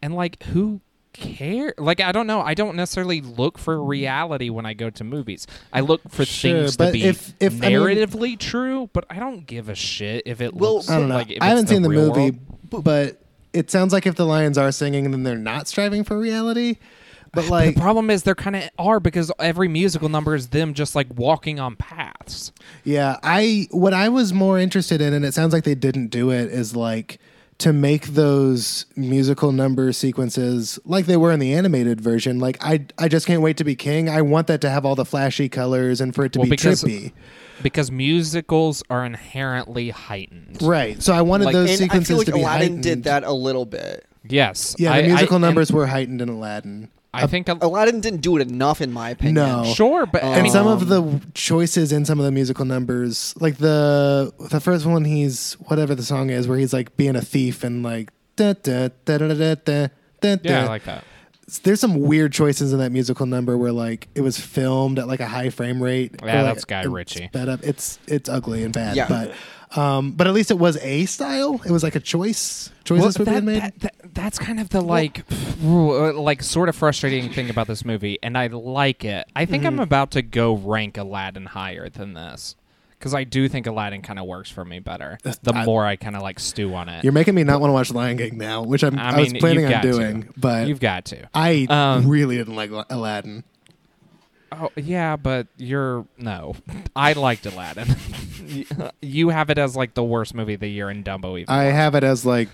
and like who cares? Like I don't know. I don't necessarily look for reality when I go to movies. I look for Sure, things to but be if- if- I mean- narratively true, but I don't give a shit if it Well, looks I don't know. like. If I haven't it's seen the real movie, world. but it sounds like if the lions are singing, then they're not striving for reality. But The like, problem is, there kind of are because every musical number is them just like walking on paths. yeah, I what I was more interested in, and it sounds like they didn't do it, is like to make those musical number sequences like they were in the animated version. Like, I I just can't wait to be king. I want that to have all the flashy colors and for it to Well, be because- trippy. Because musicals are inherently heightened. Right. So I wanted Like- those And I sequences feel like to be Aladdin heightened. did that a little bit. Yes. Yeah, the I- I- musical and numbers were heightened in Aladdin. I think. A, Aladdin didn't do it enough, in my opinion. No. sure, but I and mean, some of the choices in some of the musical numbers, like the the first one, he's whatever the song is, where he's like being a thief and like da da da da da da da. yeah, I da. like that. there's some weird choices in that musical number where like it was filmed at like a high frame rate. Yeah, or, like, that's Guy it's Ritchie. Sped up. It's it's ugly and bad, Yeah. but um, but at least it was a style. It was like a choice. Choices were that- being made. that- that- that's kind of the like, uh, like sort of frustrating thing about this movie, and I like it. I think I'm about to go rank Aladdin higher than this because I do think Aladdin kind of works for me better. The I- more I kind of like stew on it, You're making me not want to watch Lion King now, which I'm, I I, was mean, planning you've on got to. doing, but you've got to. I Um, really didn't like Al- Aladdin. Oh yeah, but you're no. I liked Aladdin. you have it as like the worst movie of the year in Dumbo. Even I have it as like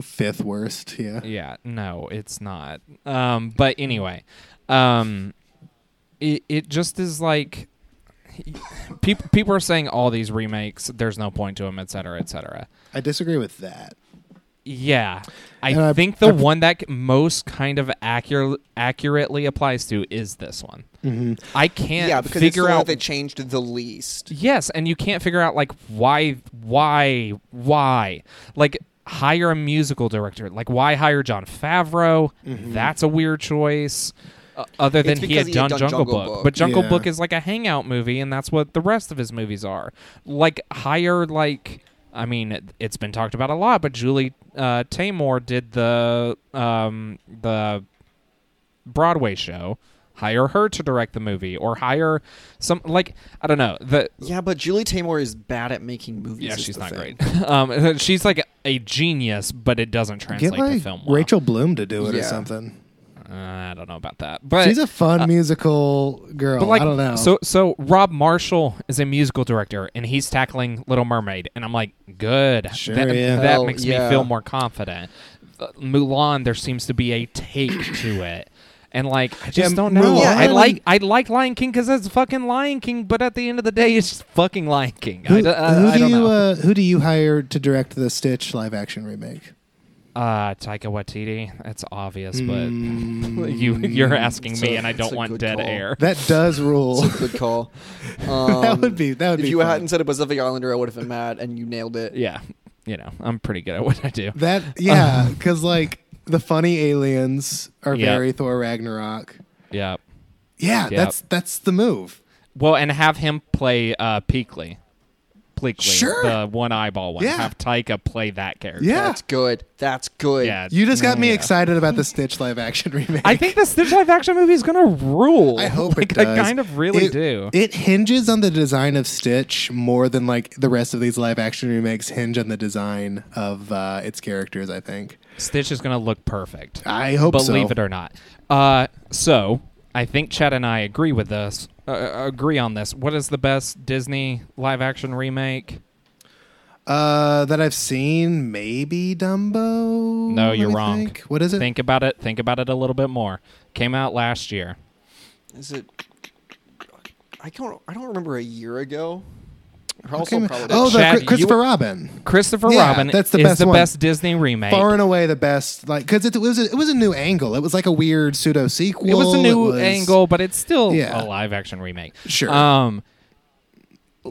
fifth worst. Yeah. Yeah, no, it's not. Um, but anyway, um, it it just is like people people are saying all these remakes. There's no point to them, et cetera, et cetera. I disagree with that. Yeah, I And I- think the I- one that c- most kind of accurate accurately applies to is this one. I can't Yeah, because it's the figure one out that they changed the least. Yes, and you can't figure out like why, why, why, like hire a musical director. Like why hire John Favreau? That's a weird choice. Uh, other than he Mm-hmm. because had, he had done, done Jungle, Jungle Book. Book. but Jungle Yeah. Book is like a hangout movie, and that's what the rest of his movies are. Like hire like. I mean, it- it's been talked about a lot, but Julie uh, Taymor did the um, the Broadway show. Hire her to direct the movie, or hire some like I don't know. The Yeah, but Julie Taymor is bad at making movies. yeah, is she's the not thing. great. Um, she's like a genius, but it doesn't translate Get to like film. well. Rachel Bloom to do it or Yeah. something. Uh, I don't know about that, but She's a fun musical girl. but like I don't know. so so Rob Marshall is a musical director, and he's tackling Little Mermaid, and I'm like, good. Sure, that yeah. that Hell, makes me yeah. feel more confident. Uh, Mulan, there seems to be a take to it. And like I just don't know. Mulan- I like I like Lion King because it's fucking Lion King, but at the end of the day, it's just fucking Lion King. I who, d- I- who I do don't you know. Uh, who do you hire to direct the Stitch live action remake? Uh, Taika Waititi. That's obvious, Hmm. but you you're Mm, asking It's me, a- and I it's don't a want good dead call. air. That does rule. It's a good call. Um, that would be that would If be you fun. hadn't said a Pacific Islander, I would have been mad, and you nailed it. yeah, you know, I'm pretty good at what I do. that yeah, because like the funny aliens are Yeah. very Thor Ragnarok. Yeah. Yeah, Yep. that's that's the move. Well, and have him play uh, Peakley. Pleakley, Sure. the one eyeball one. Yeah. Have Taika play that character. Yeah. That's good. That's good. Yeah. You just got me Yeah. excited about the Stitch live action remake. I think the Stitch live action movie is gonna rule. I hope Like, it does. I kind of really It- do. It hinges on the design of Stitch more than like the rest of these live action remakes hinge on the design of uh, its characters. I think. Stitch is gonna look perfect. I hope so. believe it or not. Uh, so I think Chad and I agree with this. Uh, agree on this. What is the best Disney live action remake? Uh, that I've seen, maybe Dumbo. No, Mm, Let you're me wrong. think. What is it? Think about it. Think about it a little bit more. Came out last year. Is it? I don't. I don't remember a year ago. Okay, Also, ma- probably oh, the Chad, Chri- you- Christopher Robin. Christopher Yeah, Robin that's the is best the one. best Disney remake. Far and away the best, like because it, was a, it was a new angle. It was like a weird pseudo sequel. it was a new was- angle, but it's still Yeah. a live action remake. Sure. Um,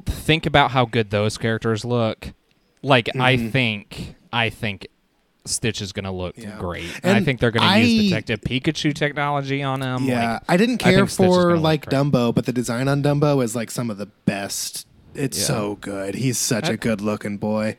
think about how good those characters look. Like I Mm-hmm. think, I think Stitch is gonna look Yeah. great. I And think they're gonna use I- Detective Pikachu technology on him. Yeah, like, I didn't I care think Stitch is gonna for look like great. Dumbo, but the design on Dumbo is like some of the best. It's so good. He's such I- a good looking boy.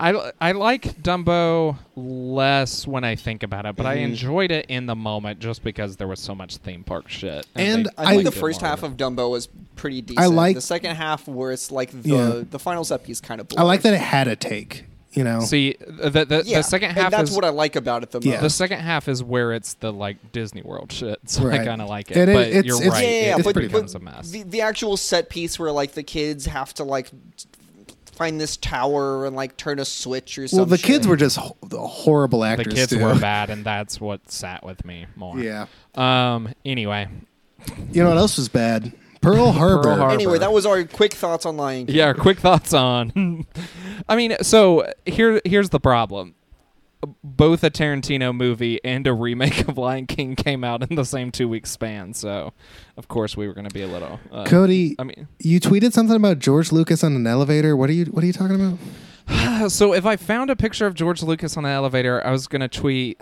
I I like Dumbo less when I think about it, but Mm-hmm. I enjoyed it in the moment just because there was so much theme park shit. And they I I think liked the it first more. half of Dumbo was pretty decent. like- the second half where it's like the Yeah. the final set piece kind of. I like that it had a take. You know, see the the, the, Yeah, the second and half that's is what I like about it the most. Yeah. The second half is where it's the like Disney World shit, so I Right. kind of like it. And it- but it's- you're it's- right, yeah, yeah, yeah, it it's but, pretty but becomes a mess. The, the actual set piece where like the kids have to like find this tower and like turn a switch or something. well, the kids were just ho- the horrible the actors. kids too. were bad, and that's what sat with me more. Yeah. Um. Anyway. You know what else was bad? Pearl Harbor. Harbor. Anyway, that was our quick thoughts on Lion King. Yeah. our Quick thoughts on. I mean, so here here's the problem. Both a Tarantino movie and a remake of Lion King came out in the same two week span, so of course we were going to be a little. Uh, Cody, I mean, you tweeted something about George Lucas on an elevator. What are you? What are you talking about? so if I found a picture of George Lucas on an elevator, I was going to tweet.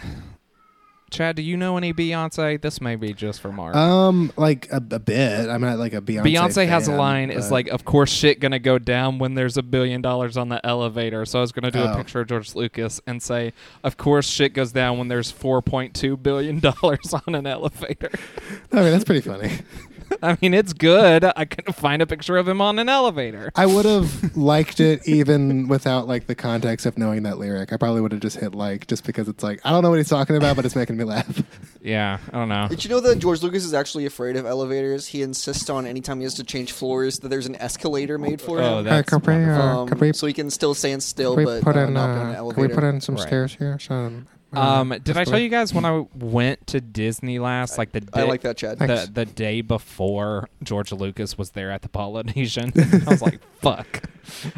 Chad, do you know any Beyonce? This may be just for Mark. Um, like a, a bit. I'm not like a Beyonce. Beyonce has a fan, line. It's but- like, of course, shit gonna go down when there's a billion dollars on the elevator. So I was gonna do a Oh. picture of George Lucas and say, of course, shit goes down when there's 4.2 billion dollars on an elevator. I mean, that's pretty funny. I mean, it's good. I couldn't find a picture of him on an elevator. I would have liked it even without like the context of knowing that lyric. I probably would have just hit like just because it's like I don't know what he's talking about, but it's making me laugh. Yeah, I don't know. Did you know that George Lucas is actually afraid of elevators? He insists on anytime he has to change floors that there's an escalator made for Oh, him. that- That's Uh, could we, uh, um, could we, so he can still stand still, could we but put uh, in, not be on an uh, could we elevator. put in some Right. stairs here? Some, uh, Um, did I tell escalator? you guys when I went to Disney last, like the I day- like that, Chad. the, Thanks. the day before George Lucas was there at the Polynesian. I was like, fuck.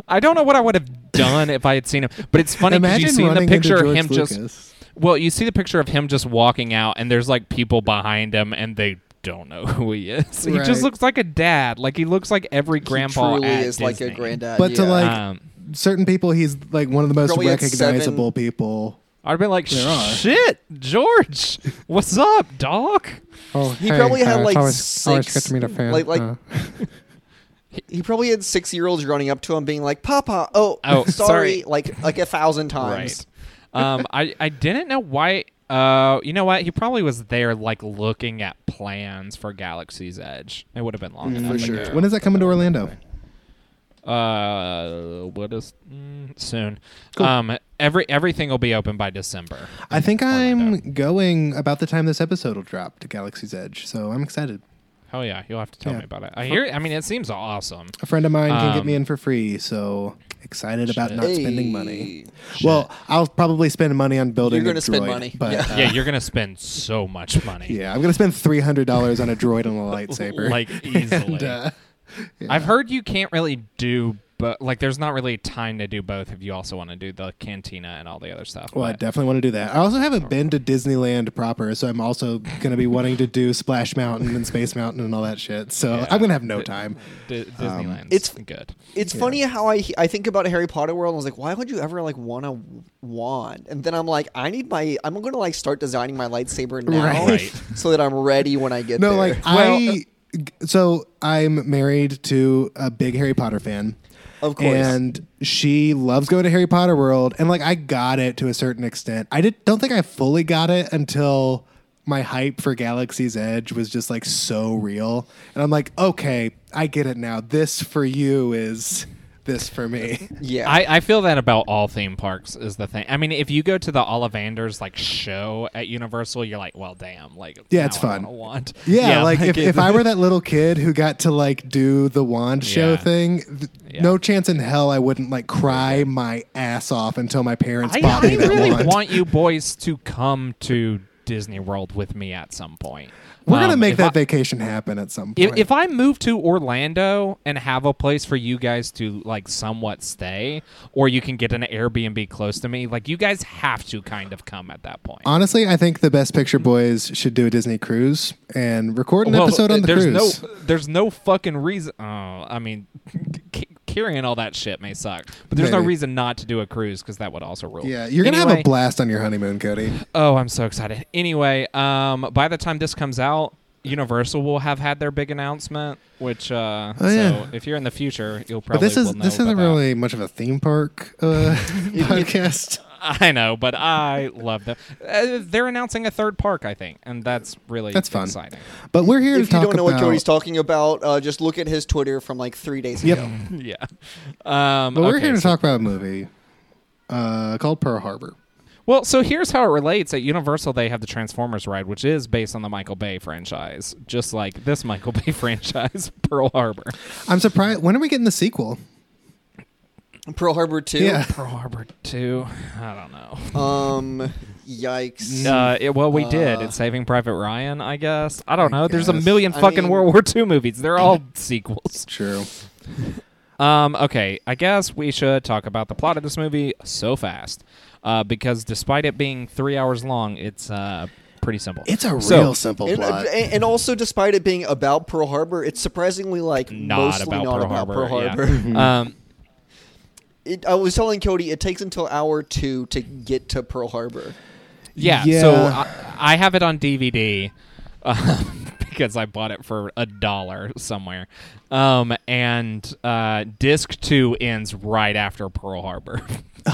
I don't know what I would have done if I had seen him, but it's funny because you Imagine see the running into picture of George him just Lucas. well, you see the picture of him just walking out, and there's like people behind him, and they don't know who he is. He Right. just looks like a dad. Like he looks like every grandpa. he truly at is like a Disney. granddad. But to, yeah. like- Um, certain people. He's like one of the most Probably at recognizable people. I'd been like, There are. shit, George, what's up, dog? Oh, He probably had like six, Like, like uh, he probably had six year olds running up to him, being like, "Papa, oh, Oh, sorry. sorry," like like a thousand times. Right. Um, I I didn't know why. Uh, you know what? He probably was there, like looking at plans for Galaxy's Edge. It would have been Mm, long enough. for sure. ago. Mm-hmm. when is that coming to Orlando? Uh, what is mm, soon? Cool. Um, every everything will be open by December. I think Orlando. I'm going about the time this episode will drop to Galaxy's Edge, so I'm excited. Hell Oh, yeah, you'll have to tell Yeah. me about it. I hear. I mean, it seems awesome. A friend of mine can get me Um, in for free, so excited about not spending money. Hey. Well, I'll probably spend money on building. You're going gonna to spend money. but Yeah. uh, yeah, you're gonna spend so much money. yeah, I'm going to spend three hundred dollars on a droid and a lightsaber, like easily. And, uh, yeah. I've heard you can't really do, but like, there's not really time to do both if you also want to do the cantina and all the other stuff. Well, I but- definitely want to do that. I also haven't been to Disneyland proper, so I'm also going to be wanting to do Splash Mountain and Space Mountain and all that shit. So Yeah. I'm going to have no Di- time. Um, Di- Disneyland. it's it's- good. It's funny how I I think about Harry Potter world. and I was like, why would you ever like want a wand? And then I'm like, I need my. I'm gonna like start designing my lightsaber now, Right. so that I'm ready when I get No, there. like Well- I. So I'm married to a big Harry Potter fan. Of course. And she loves going to Harry Potter World. And like I got it to a certain extent. I did, don't think I fully got it until my hype for Galaxy's Edge was just like so real. And I'm like, okay, I get it now. This for you is this for me. Yeah. I, I feel that about all theme parks is the thing. I mean, if you go to the Ollivanders like show at Universal, you're like, well, damn, like Yeah, now it's I fun. wanna Want Yeah, like, if, it- if I were that little kid who got to like do the wand show Yeah. thing, th- Yeah. no chance in hell I wouldn't like cry my ass off until my parents I, bought I me that really wand. want you boys to come to Disney World with me at some point. We're gonna Um, make if that I, vacation happen at some if, point. if I move to Orlando and have a place for you guys to like somewhat stay, or you can get an Airbnb close to me, like you guys have to kind of come at that point. Honestly, I think the Best Picture Boys should do a Disney cruise and record an Well, episode on the there's cruise. no there's no fucking reason. Oh, I mean, c- carrying all that shit may suck, but there's no Maybe. reason not to do a cruise because that would also rule. yeah, you're gonna have a Anyway- blast on your honeymoon, Cody. Oh, I'm so excited. Anyway, um, by the time this comes out, Universal will have had their big announcement. Which, uh, Oh, so yeah. if you're in the future, you'll But probably this is will know this isn't about that. really much of a theme park uh, podcast. I know, but I love them. Uh, they're announcing a third park, I think, and that's really That's fun. exciting. But we're here to if you talk don't know about what Cody's talking about, uh, just look at his Twitter from like three days Yep. ago. yeah. Um, But we're okay, here to so- talk about a movie uh, called Pearl Harbor. Well, so here's how it relates. At Universal, they have the Transformers ride, which is based on the Michael Bay franchise, just like this Michael Bay franchise, Pearl Harbor. I'm surprised. When are we getting the sequel? Pearl Harbor two. Yeah. Pearl Harbor 2. I don't know. Um. Yikes. Mm. Uh, it, well, we did. Uh, It's Saving Private Ryan, I guess. I don't I know. There's a guess. million I fucking mean- World War II movies. They're all sequels. True. Um, okay, I guess we should talk about the plot of this movie so fast, uh, because despite it being three hours long, it's uh, pretty simple. It's a So- real simple And, plot. and and also, despite it being about Pearl Harbor, it's surprisingly like not mostly about not Pearl about Harbor. Pearl yeah. Harbor. Mm-hmm. um, It, I was telling Cody it takes until hour two to get to Pearl Harbor. Yeah. Yeah. So I, I have it on DVD uh, because I bought it for a dollar somewhere. Um, and uh, disc two ends right after Pearl Harbor.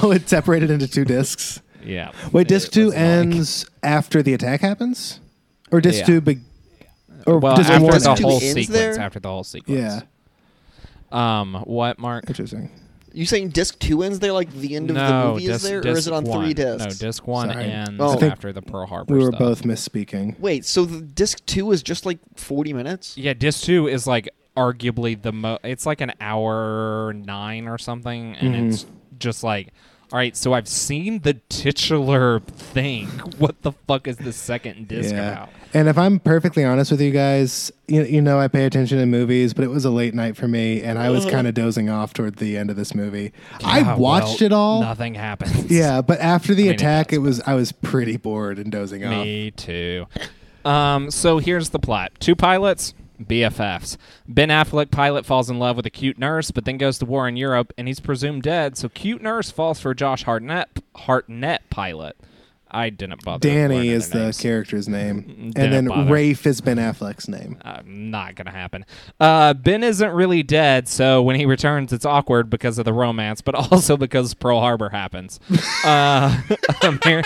oh, it's separated into two discs. yeah. Wait, It disc two was annoying. ends after the attack happens, or disc Yeah. two? Be- or Well, disc after one the Disc two whole ends sequence. there? After the whole sequence. Yeah, Yeah. Um, what, Mark? interesting. You saying disc two ends there, like the end of the no, movie disc, is there, or disc is it on one. three discs? No, disc one Sorry. ends Oh. I think after the Pearl Harbor. We were stuff. both misspeaking. Wait, so the disc two is just like forty minutes? Yeah, disc two is like arguably the mo. It's like an hour nine or something, and it's just like, all right. So I've seen the titular thing. What the fuck is the second disc about? And if I'm perfectly honest with you guys, you, you know I pay attention to movies, but it was a late night for me, and I was kind of dozing off toward the end of this movie. I Ah, watched well, it all. Nothing happens. Yeah, but after the mean, it attack, does, it was I was pretty bored and dozing off. Me too. Um, so here's the plot: two pilots, BFFs. Ben Affleck pilot falls in love with a cute nurse, but then goes to war in Europe, and he's presumed dead. So cute nurse falls for Josh Hartnett, Hartnett pilot. I didn't bother. learning Danny is their the names. character's name, Didn't and then bother. Rafe is Ben Affleck's name. Uh, not gonna happen. Uh, ben isn't really dead, so when he returns, it's awkward because of the romance, but also because Pearl Harbor happens. uh, Amer-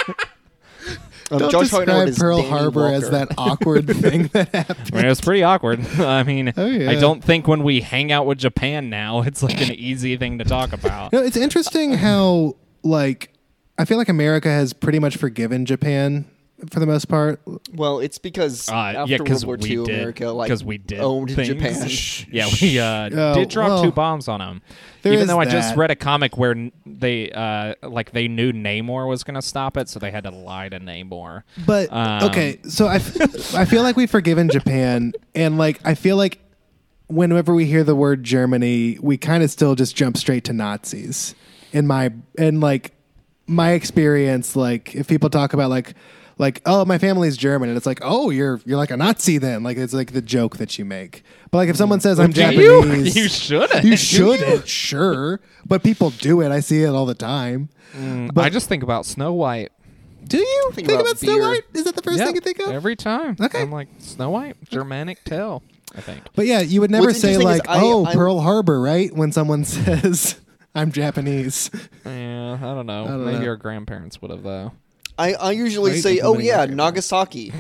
Um, Don't Josh Hartnett describe is Pearl Danny Harbor as Walker. that awkward thing that happened. I mean, it was pretty awkward. I mean, Oh, yeah. I don't think when we hang out with Japan now, it's like an easy thing to talk about. No, it's interesting how like I feel like America has pretty much forgiven Japan for the most part. Well, it's because Uh, after yeah, World because War we II, did. America like 'cause we did owned things. Japan. Yeah, we uh, Oh, did drop well, two bombs on him. there Even is though I just that. read a comic where n- they uh, like they knew Namor was going to stop it, so they had to lie to Namor. But Um, okay, so I f- I feel like we've forgiven Japan, and like I feel like whenever we hear the word Germany, we kind of still just jump straight to Nazis. In my and like my experience, like if people talk about like like oh my family's German, and it's like oh you're you're like a Nazi then, like it's like the joke that you make. But like if someone says I'm Do Japanese, you? You shouldn't. You shouldn't, sure. But people do it. I see it all the time. But Mm. I just think about Snow White. do you think, about about Snow beer. White? Is that the first Yeah, thing you think of? every time. Okay. I'm like Snow White, Germanic tale. I think. But yeah, you would never What's say interesting is like, I- "Oh, I'm- Pearl Harbor," right? When someone says, "I'm Japanese," Yeah, I don't know. don't Maybe know. our grandparents would have though. I, I usually Right, say, that's oh what I yeah, mean. Nagasaki.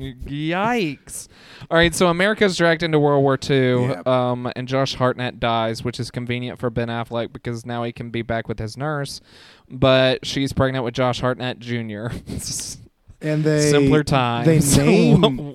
Yikes. All right, so America's dragged into World War II, Yep. um, and Josh Hartnett dies, which is convenient for Ben Affleck because now he can be back with his nurse, but she's pregnant with Josh Hartnett Jr. and they Simpler times. They name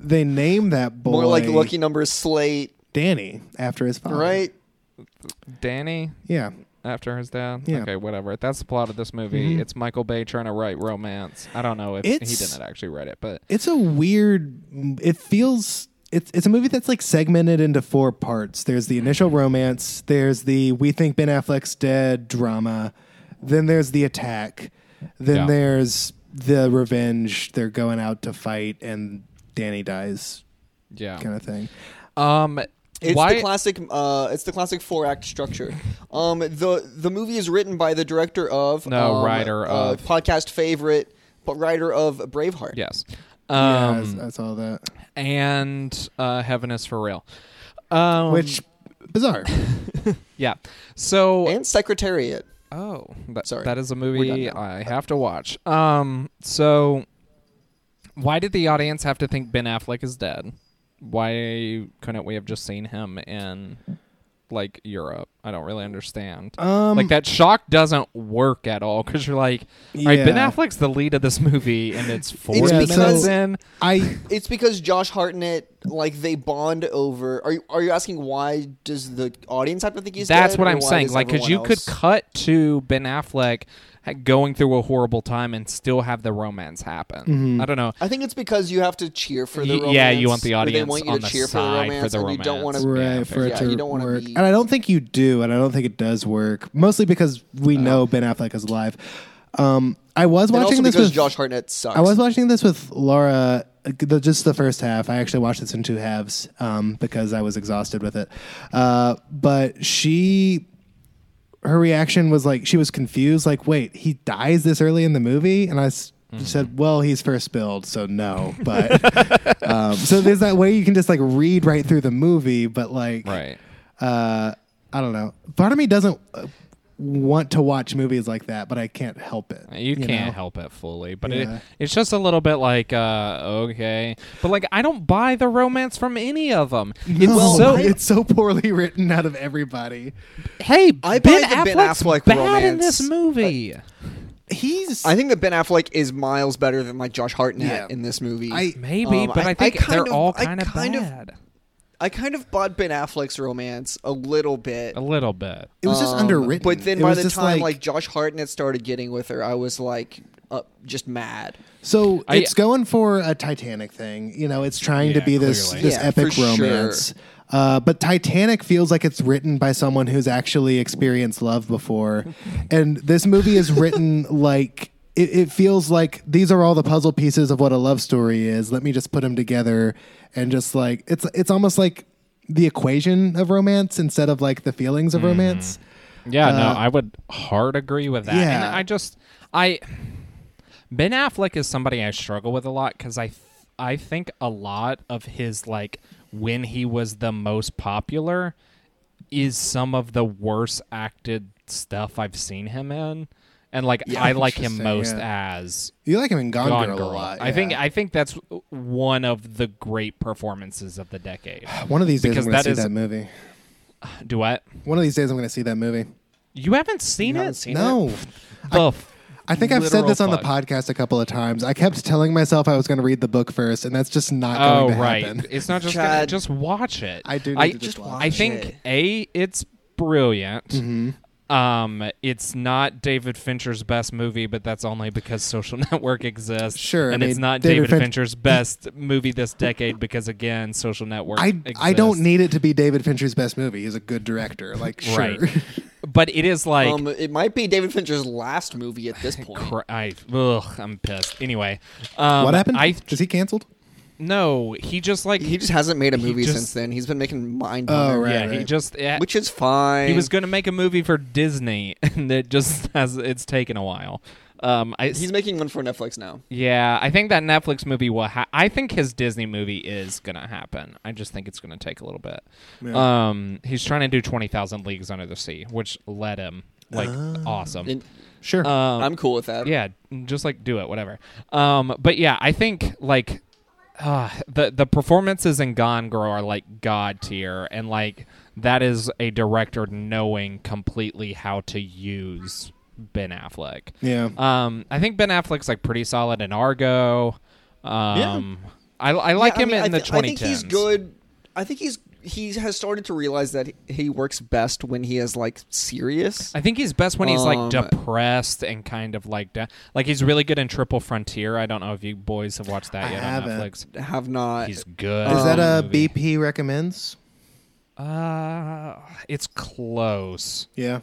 they name that boy Oh. More like lucky number slate, Danny after his father, right? Danny Yeah, after his dad. Yeah. Mm-hmm. Okay, whatever. That's the plot of this movie. It's Michael Bay trying to write romance. I don't know if he It's- didn't actually write it, but it's a weird. It feels. It's, it's a movie that's like segmented into four parts. There's the initial romance. There's the we think Ben Affleck's dead drama. Then there's the attack. Then Yeah. there's the revenge. They're going out to fight, and Danny dies, yeah. kind of thing. Um, It's why? the classic. Uh, it's the classic four act structure. Um, the the movie is written by the director of No, um, writer uh, of. podcast favorite, but writer of Braveheart. yes. Yeah, I Um, s- I saw that. and uh, Heaven is for real. Um, Which bizarre. yeah. So and Secretariat. oh, that, Sorry. that is a done movie now. I have to watch. Um, so why did the audience have to think Ben Affleck is dead? Why couldn't we have just seen him in like Europe? I don't really understand. Um, like that shock doesn't work at all because you're like, all right, Ben Yeah. Affleck's the lead of this movie and it's four It's minutes because- in. I It's because Josh Hartnett, like they bond over. Are you are you asking why does the audience have to think he's That's dead, what or I'm why saying. does Like, because everyone you could else? cut to Ben Affleck ha- going through a horrible time and still have the romance happen. Mm-hmm. I don't know. I think it's because you have to cheer for Y- the romance. yeah, you want the or audience They want you on to the cheer for the side for romance, the and you don't want romance. to. right Yeah, for it yeah, to you don't wanna work, be- and I don't think you do, and I don't think it does work. Mostly because we know Ben Affleck is alive. Um, I was Oh. And also watching this because with Josh Hartnett sucks. I was watching this with Laura, uh, the, just the first half. I actually watched this in two halves um, because I was exhausted with it. Uh, but she, her reaction was like she was confused. Like, wait, he dies this early in the movie, and I s- Mm-hmm. said, well, he's first billed, so no. But um, so there's that way you can just like read right through the movie, but like, Right. uh, I don't know. Part of me doesn't. Uh, want to watch movies like that but i can't help it You, can't know? help it fully, but Yeah. it, it's just a little bit like uh, okay, but like I don't buy the romance from any of them. It's Well, so it's so poorly written out of everybody. hey, I Ben buy the Ben Affleck's Affleck bad in romance, um, this movie. He's I think that Ben Affleck is miles better than like Josh Hartnett Yeah. in this movie. I- Maybe, Um, but I, think kind they're of- all I kind of kind of- bad. I kind of bought Ben Affleck's romance a little bit. a little bit. it was just Um, underwritten. But then It by was the just time like, Josh Hartnett started getting with her, I was like uh, just mad. so I- it's going for a Titanic thing. You know, it's trying to Yeah, be this clearly. this Yeah, epic for sure. romance. Uh, but Titanic feels like it's written by someone who's actually experienced love before, and this movie is written like. It, it feels like these are all the puzzle pieces of what a love story is. Let me just put them together, and just like it's it's almost like the equation of romance instead of like the feelings Mm-hmm. of romance. Yeah, Uh, no, I would hard agree with that. yeah. And I just I Ben Affleck is somebody I struggle with a lot cuz I th- I think a lot of his like when he was the most popular is some of the worst acted stuff I've seen him in. And like I like him Interesting, most as You like him in Gone, Gone Girl, Girl. a lot. I think yeah. I think that's one of the great performances of the decade. one of these days I'm because going to that see is- that movie. Do what? One of these days I'm going to see that movie. You haven't seen You it? haven't seen No, The f- I think I've said literal this on the fuck. podcast a couple of times. I kept telling myself I was going to read the book first, and that's just not going to happen. It's not just gonna, Chad. just watch it. I do need to just watch Oh, I it. think a it's brilliant. Mm-hmm. Um, it's not David Fincher's best movie, but that's only because Social Network exists. Sure, I and it's mean, not David, David Finch- Fincher's best movie this decade because again, Social Network. I exists. I don't need it to be David Fincher's best movie. He's a good director. Like sure, right, but it is like um, it might be David Fincher's last movie at this point. cr- I, ugh, I'm pissed. Anyway, um, what happened? I Is he canceled? no, he just like He just hasn't made a movie just- since then. He's been making Mind Oh, yeah, Right, he right. just yeah, which is fine. He was going to make a movie for Disney, and it just has it's taken a while. Um, I, He's making one for Netflix now. yeah, I think that Netflix movie will. Ha- I think his Disney movie is gonna happen. I just think it's gonna take a little bit. Um, he's trying to do twenty thousand leagues under the sea, which let him like awesome. Ah. And Sure. um, I'm cool with that. yeah, just like do it, whatever. Um, but yeah, I think like uh, the the performances in Gone Girl are like god tier, and like that is a director knowing completely how to use Ben Affleck. yeah. Um, I think Ben Affleck's like pretty solid in Argo. Um, I, I like Yeah, I him mean, in I the th- 2010s. I think he's good. I think he's he has started to realize that he works best when he is like serious. I think he's best when he's like Um, depressed and kind of like da- like he's really good in Triple Frontier. I don't know if you boys have watched that I yet on haven't. Netflix. have not. He's good. Is that a uh, um, movie. BP recommends? Uh, it's close. Yeah.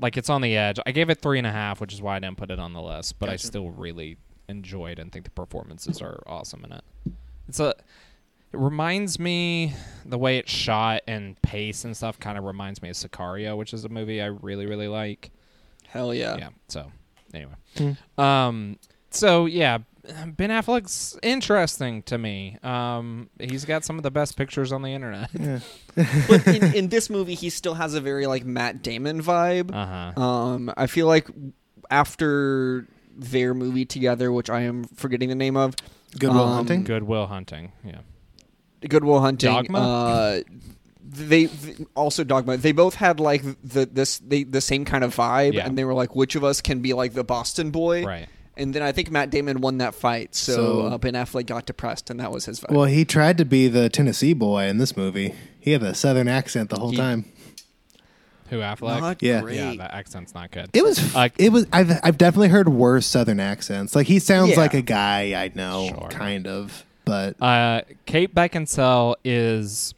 Like it's on the edge. I gave it three and a half, which is why I didn't put it on the list. But I still really enjoyed and think the performances are awesome in it. It's a. It reminds me the way it's shot and pace and stuff. Kind of reminds me of Sicario, which is a movie I really really like. Hell yeah. Yeah. So anyway, um, so yeah, Ben Affleck's interesting to me. Um, he's got some of the best pictures on the internet. but in, in this movie, he still has a very like Matt Damon vibe. Uh huh. Um, I feel like after their movie together, which I am forgetting the name of, Goodwill Um, Hunting. Goodwill Hunting. Yeah. Goodwill Hunting, Dogma? Uh, they, th- also Dogma. They both had like the this they, the same kind of vibe, Yeah. and they were like, which of us can be like the Boston boy? Right. And then I think Matt Damon won that fight, so, So- uh, Ben Affleck got depressed, and that was his vibe. Well, he tried to be the Tennessee boy in this movie. He had a southern accent the whole He- time. Who Affleck? Not Yeah. great. yeah, that accent's not good. It was. Uh, it was. I've I've definitely heard worse southern accents. Like he sounds Yeah. like a guy I know, Sure. kind of. But Uh, Kate Beckinsale is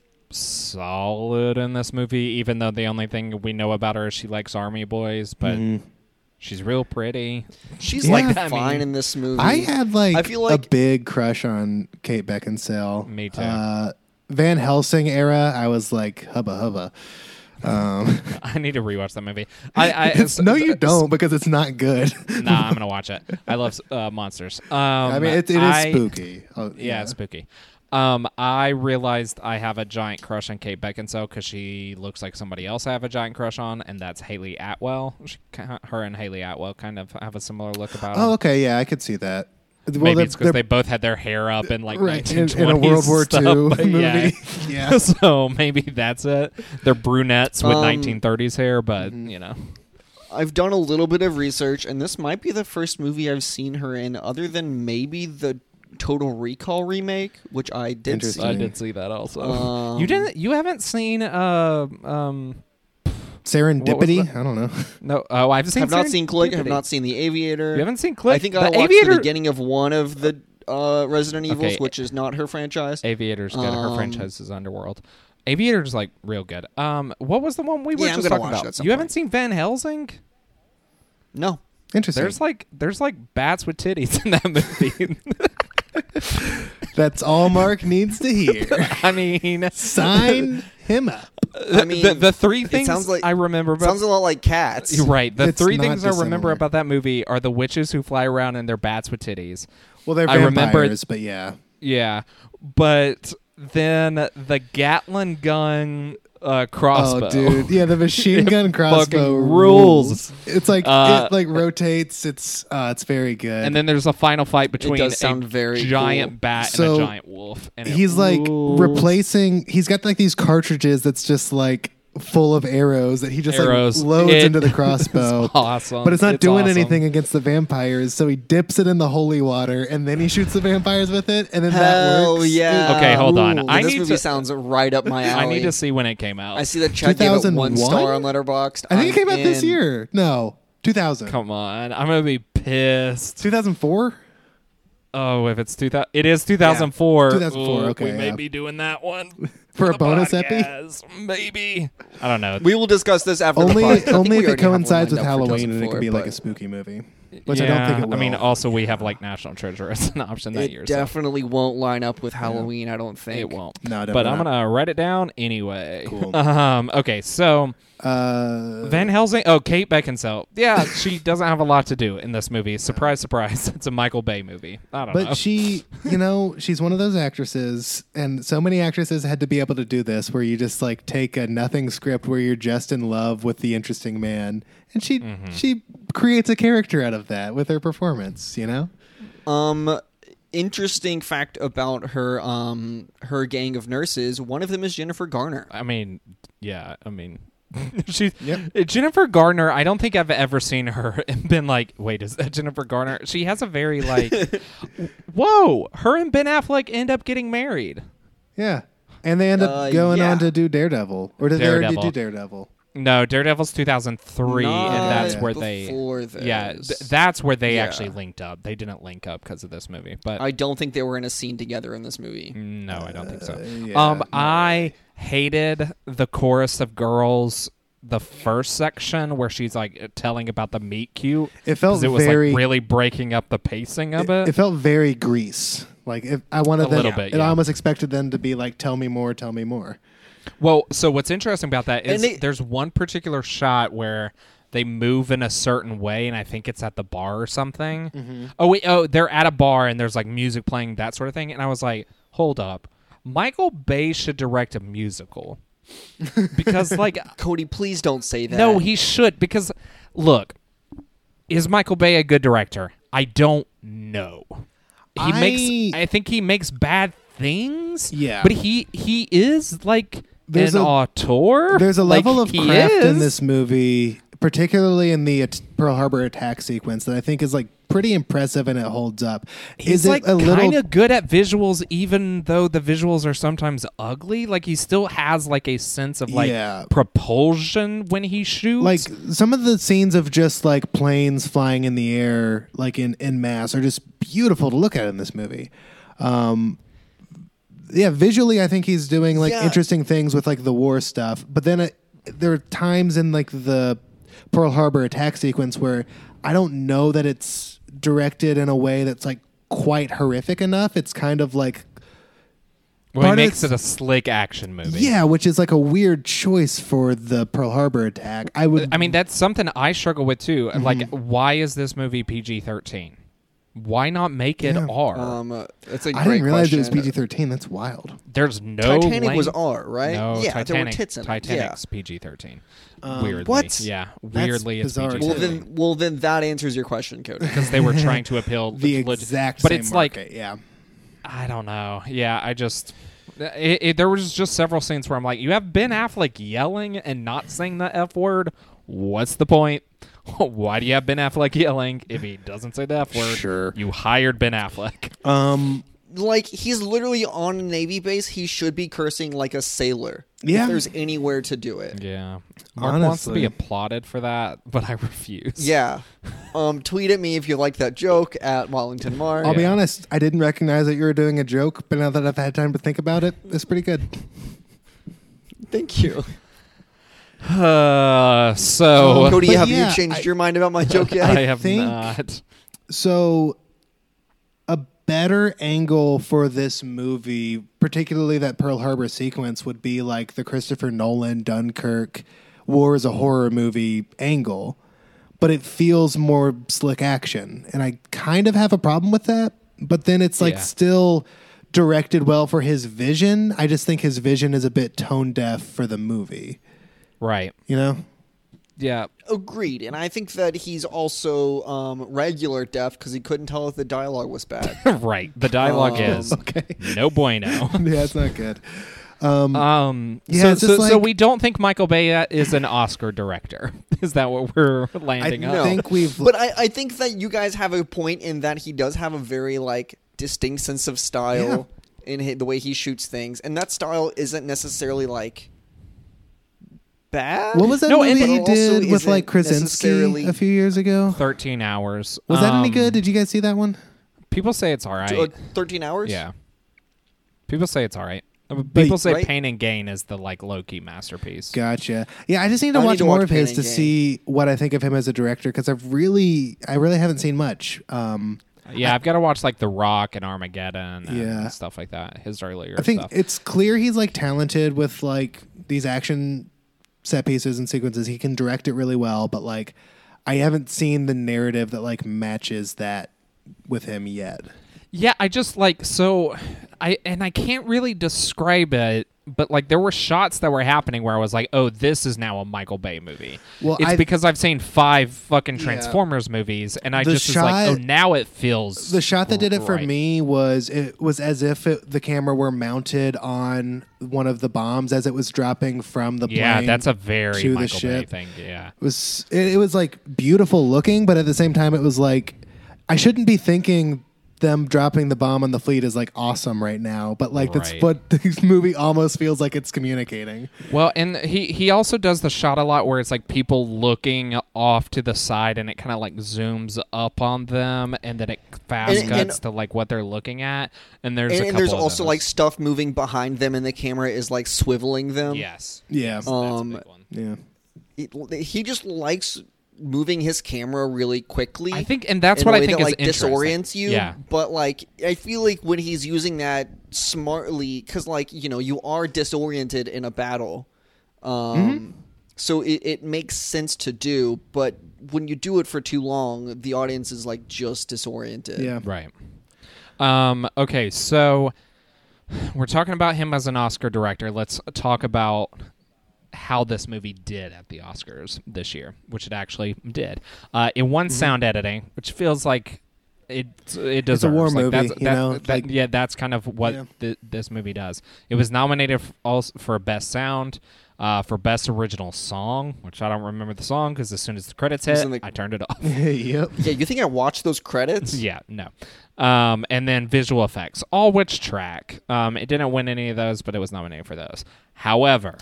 solid in this movie, even though the only thing we know about her is she likes army boys, but Mm. she's real pretty. She's Yeah. like I mean, fine in this movie. I had like, I feel like- a big crush on Kate Beckinsale. Me too. Uh, Van Helsing era. I was like hubba hubba. Um, I need to rewatch that movie. I, I it's, no, you don't because it's not good. Nah, I'm gonna watch it. I love uh, monsters. Um, I mean, it, it is I- spooky. Oh, Yeah, it's spooky. Um, I realized I have a giant crush on Kate Beckinsale because she looks like somebody else I have a giant crush on, and that's Haley Atwell. She, her and Haley Atwell kind of have a similar look about. them. Oh, okay. Yeah, I could see that. Well, Maybe they're- it's because they're- they both had their hair up in like right in, 1920s in a World War stuff, II but movie. yeah. yeah. so maybe that's it. They're brunettes with Um, 1930s hair, but you know, I've done a little bit of research, and this might be the first movie I've seen her in, other than maybe the Total Recall remake, which I did see. Interesting. I did see that also. Um, you didn't. You haven't seen. Uh, um, Serendipity? I don't know. no. Oh, I've seen. Have not seen Click. Have Serendipity. not seen The Aviator. You haven't seen Click. I think the I watched Aviator. the beginning of one of the uh, Resident Evils, Okay. which is not her franchise. Aviator's good. her Um, franchise is Underworld. Aviator's like real good. Um, what was the one we were Yeah, I'm just gonna talking watch about? it You at some haven't point. seen Van Helsing? no, Interesting. There's like there's like bats with titties in that movie. That's all Mark needs to hear. I mean, Sign him up. I mean the, the three things sounds like- I remember about sounds a lot like Cats. You're right. The It's three not things I remember dissimilar. about that movie are the witches who fly around and their bats with titties. Well, they're I vampires, remember- but yeah. Yeah, but then the Gatlin gun uh, crossbow. Oh, dude. Yeah, the machine gun crossbow fucking rules. rules. It's like Uh, it like rotates. It's uh, it's very good. And then there's a final fight between does sound a very giant cool. bat So, and a giant wolf. And it he's like rules. replacing. He's got like these cartridges that's just like full of arrows that he just Arrows. like loads It into the is crossbow. awesome. But it's not It's doing awesome. anything against the vampires, so he dips it in the holy water and then he shoots the vampires with it, and then that Hell works. yeah. Okay, hold on. Ooh, I this need movie to- sounds right up my I alley. need to see when it came out. I see that Chad gave it 2001? one star on Letterboxd. I think it I'm came out this in. year. No, 2000. Come on, I'm gonna be pissed. 2004? Oh, if it's 2000, it is 2004. 2004, Ooh, okay, we may yeah. be doing that one For a the bonus epi? podcast, Maybe I don't know. We will discuss this after the Only, podcast. I think only we if it already have one coincides with lined up for Halloween and it 2004, could be like but- a spooky movie. which I don't think it will. I mean, also we have like National Treasure as an option that it year. so definitely won't line up with Halloween. I don't think it won't. No, but definitely I'm not. gonna write it down anyway. Cool. Um, okay, so Uh, Van Helsing. Oh, Kate Beckinsale. Yeah, she doesn't have a lot to do in this movie. Surprise, surprise. It's a Michael Bay movie. I don't know. But she, you know, she's one of those actresses, and so many actresses had to be able to do this, where you just like take a nothing script where you're just in love with the interesting man, and she Mm-hmm. she creates a character out of that with her performance. You know, Um, interesting fact about her um her gang of nurses. One of them is Jennifer Garner. I mean, yeah. I mean, she's Yep. uh, Jennifer Garner. I don't think I've ever seen her and been like, "Wait, is that Jennifer Garner?" She has a very like, "Whoa!" Her and Ben Affleck end up getting married. yeah, and they end up Uh, going yeah. on to do Daredevil, or did they Daredevil. already do Daredevil? No, Daredevil's 2003, and that's Not where they. before Yeah, this. th- that's where they Yeah. actually linked up. They didn't link up because of this movie, but I don't think they were in a scene together in this Mm. movie. No, I don't think Uh, so. yeah, um, no I hated the chorus of girls. The first section where she's like uh, telling about the meet cute. It felt 'cause it was very- like really breaking up the pacing of It, it. it felt very Grease. Like if I wanted A them, little bit, and I yeah. almost expected them to be like, "Tell me more, tell me more." well, so what's interesting about that is And they- there's one particular shot where they move in a certain way, and I think it's at the bar or something. Oh wait, oh they're at a bar and there's like music playing that sort of thing, and I was like, hold up, Michael Bay should direct a musical because like Cody, please don't say that. No, he should because look, is Michael Bay a good director? I don't know. He makes I- I think he makes bad things. Yeah. But he he is like There's an a- auteur. There's a Like, level of he craft in is. this movie, particularly in the at- Pearl Harbor attack sequence, that I think is like pretty impressive and it holds up. is He's it like a little? kind of good at visuals, even though the visuals are sometimes ugly. Like he still has like a sense of like Yeah. propulsion when he shoots. like some of the scenes of just like planes flying in the air, like in in mass, are just beautiful to look at in this movie. Um, yeah, visually, I think he's doing like Yeah. interesting things with like the war stuff. But then it, there are times in like the Pearl Harbor attack sequence where I don't know that it's directed in a way that's like quite horrific enough. It's kind of like well, he part of makes it a slick action movie. yeah, which is like a weird choice for the Pearl Harbor attack. I would. I mean, that's something I struggle with too. Like, Mm-hmm. why is this movie PG 13? Why not make it R? Um, that's a I great didn't realize it was question. PG thirteen. That's wild. There's no. Titanic was lang- R, right? Oh, No, Yeah, there were Titanic, tits in it, Titanic's PG 13. Weirdly. what? Yeah. Weirdly, it's Um, bizarre. PG Well 13. then, well then, that answers your question, Cody. because they were trying to appeal the leg- exact but same it's like market, yeah I don't know. Yeah, I just it, it, there was just several scenes where I'm like, you have Ben Affleck yelling and not saying the f word. What's the point? Why do you have Ben Affleck yelling if he doesn't say the f word? Sure. you hired Ben Affleck. um like he's literally on a navy base. He should be cursing like a sailor. Yeah. if there's anywhere to do it. Yeah, Mark wants to be Honestly. applauded for that, but I refuse. Yeah. Um, tweet at me if you like that joke at Wallington Mark. i'll be Yeah. honest i didn't recognize that you were doing a joke but now that i've had time to think about it it's pretty good Thank you. Uh, so Um, Cody, But have yeah, you changed I- your mind about my joke yet? I have think- not. so a better angle for this movie particularly that pearl harbor sequence would be like the christopher nolan dunkirk war is a horror movie angle but it feels more slick action and i kind of have a problem with that but then it's like Yeah. still directed well for his vision i just think his vision is a bit tone deaf for the movie Right. you know Yeah. Agreed, and I think that he's also um, regular deaf because he couldn't tell if the dialogue was bad. right. The dialogue Um, is okay no bueno. yeah it's not good um Um, Yeah, so, it's so, just so like- we don't think Michael Bay uh, is an Oscar director. Is that what we're i landing on? think we've but I, I think that you guys have a point in that he does have a very like distinct sense of style in hi the way he shoots things, and that style isn't necessarily like bad. What was that No, and- movie but he also did with isn't like necessarily- Krasinski a few years ago? 13 hours. Was that any Um, good? Did you guys see that one? People say it's all right. Uh, Thirteen hours. yeah. People say it's all right. Uh, People say right? Pain and Gain is the like Loki masterpiece. Gotcha. Yeah, I just need to I need watch to more watch of his Pain to and Gain. see what I think of him as a director because I've really, I really haven't seen much. Um, Yeah, I've got to watch like The Rock and Armageddon and Yeah. stuff like that. His earlier I think stuff. it's clear he's like talented with like these action set pieces and sequences. He can direct it really well, but like I haven't seen the narrative that like matches that with him yet. Yeah, I just like so I and I can't really describe it, but like there were shots that were happening where I was like, "Oh, this is now a Michael Bay movie." Well, it's I- because I've seen 5 fucking Transformers movies and I The just was like, shot- "Oh, now it feels The shot that did it for right." me was it was as if it, the camera were mounted on one of the bombs as it was dropping from the Yeah, plane. that's a very to the Michael Bay ship. thing. Yeah. It was it, it was like beautiful looking, but at the same time, it was like I shouldn't be thinking them dropping the bomb on the fleet is like awesome right now, but like Right. that's what this movie almost feels like it's communicating. Well, and he he also does the shot a lot where it's like people looking off to the side and it kind of like zooms up on them and then it fast And- and- cuts to like what they're looking at and there's a and, and couple there's of also those. like stuff moving behind them, and the camera is like swiveling them. yes. Yeah, Oh. Um, That's a big one. yeah. It- he just likes moving his camera really quickly. I think, and that's in what a I way think that, is like disorients interesting. you. Yeah, But like, I feel like when he's using that smartly, because like you know you are disoriented in a battle, um, Mm-hmm. so it, it makes sense to do. But when you do it for too long, the audience is like just disoriented. Yeah. right. Um, okay, so we're talking about him as an Oscar director. Let's talk about how this movie did at the Oscars this year, which it actually did. Uh, it Mm-hmm. won sound editing, which feels like it it does war movie, That's, you that- know, that- like- yeah, that's kind of what Yeah. th- this movie does. It was nominated f- also for best sound. Uh, for best original song, which I don't remember the song because as soon as the credits hit, in the- I turned it off. yep. Yeah, you think I watched those credits? Yeah, no. Um, and then visual effects, all which track. Um, it didn't win any of those, but it was nominated for those. However,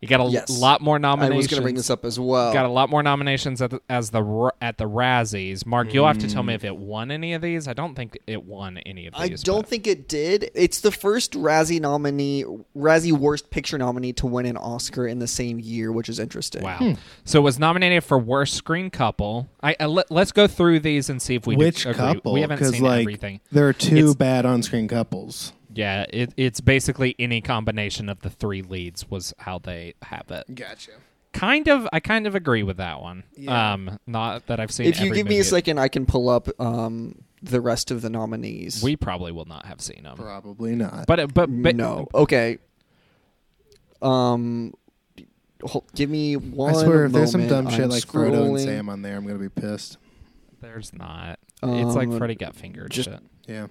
you got a l- Yes. lot more I nominations. was going to bring this up as well. Got a lot more nominations at the, as the R- at the Razzies. Mark, you'll have to tell me if it won any of these. I don't think it won any of Mm. I these. don't but- think it did. It's the first Razzie nominee, Razzie Worst Picture nominee to win an Oscar in the same year, which is interesting. Wow. So it was nominated for worst screen couple. I, I let, let's go through these and see if we Which agree. couple? We haven't seen like everything. there are two It's- bad on-screen couples. Yeah, it, it's basically any combination of the three leads was how they have it. Gotcha. Kind of, I kind of agree with that one. Yeah. Um, not that I've seen. If you every give me a movie. second, I can pull up um, the rest of the nominees. we probably will not have seen them. Probably not. But, but, but no. Okay. Um, hol- give me I one. swear, if there's some moment. dumb I'm shit like scrolling. Frodo and Sam on there, I'm gonna be pissed. there's not. it's like Um, Freddy got fingered. just- shit. Yeah.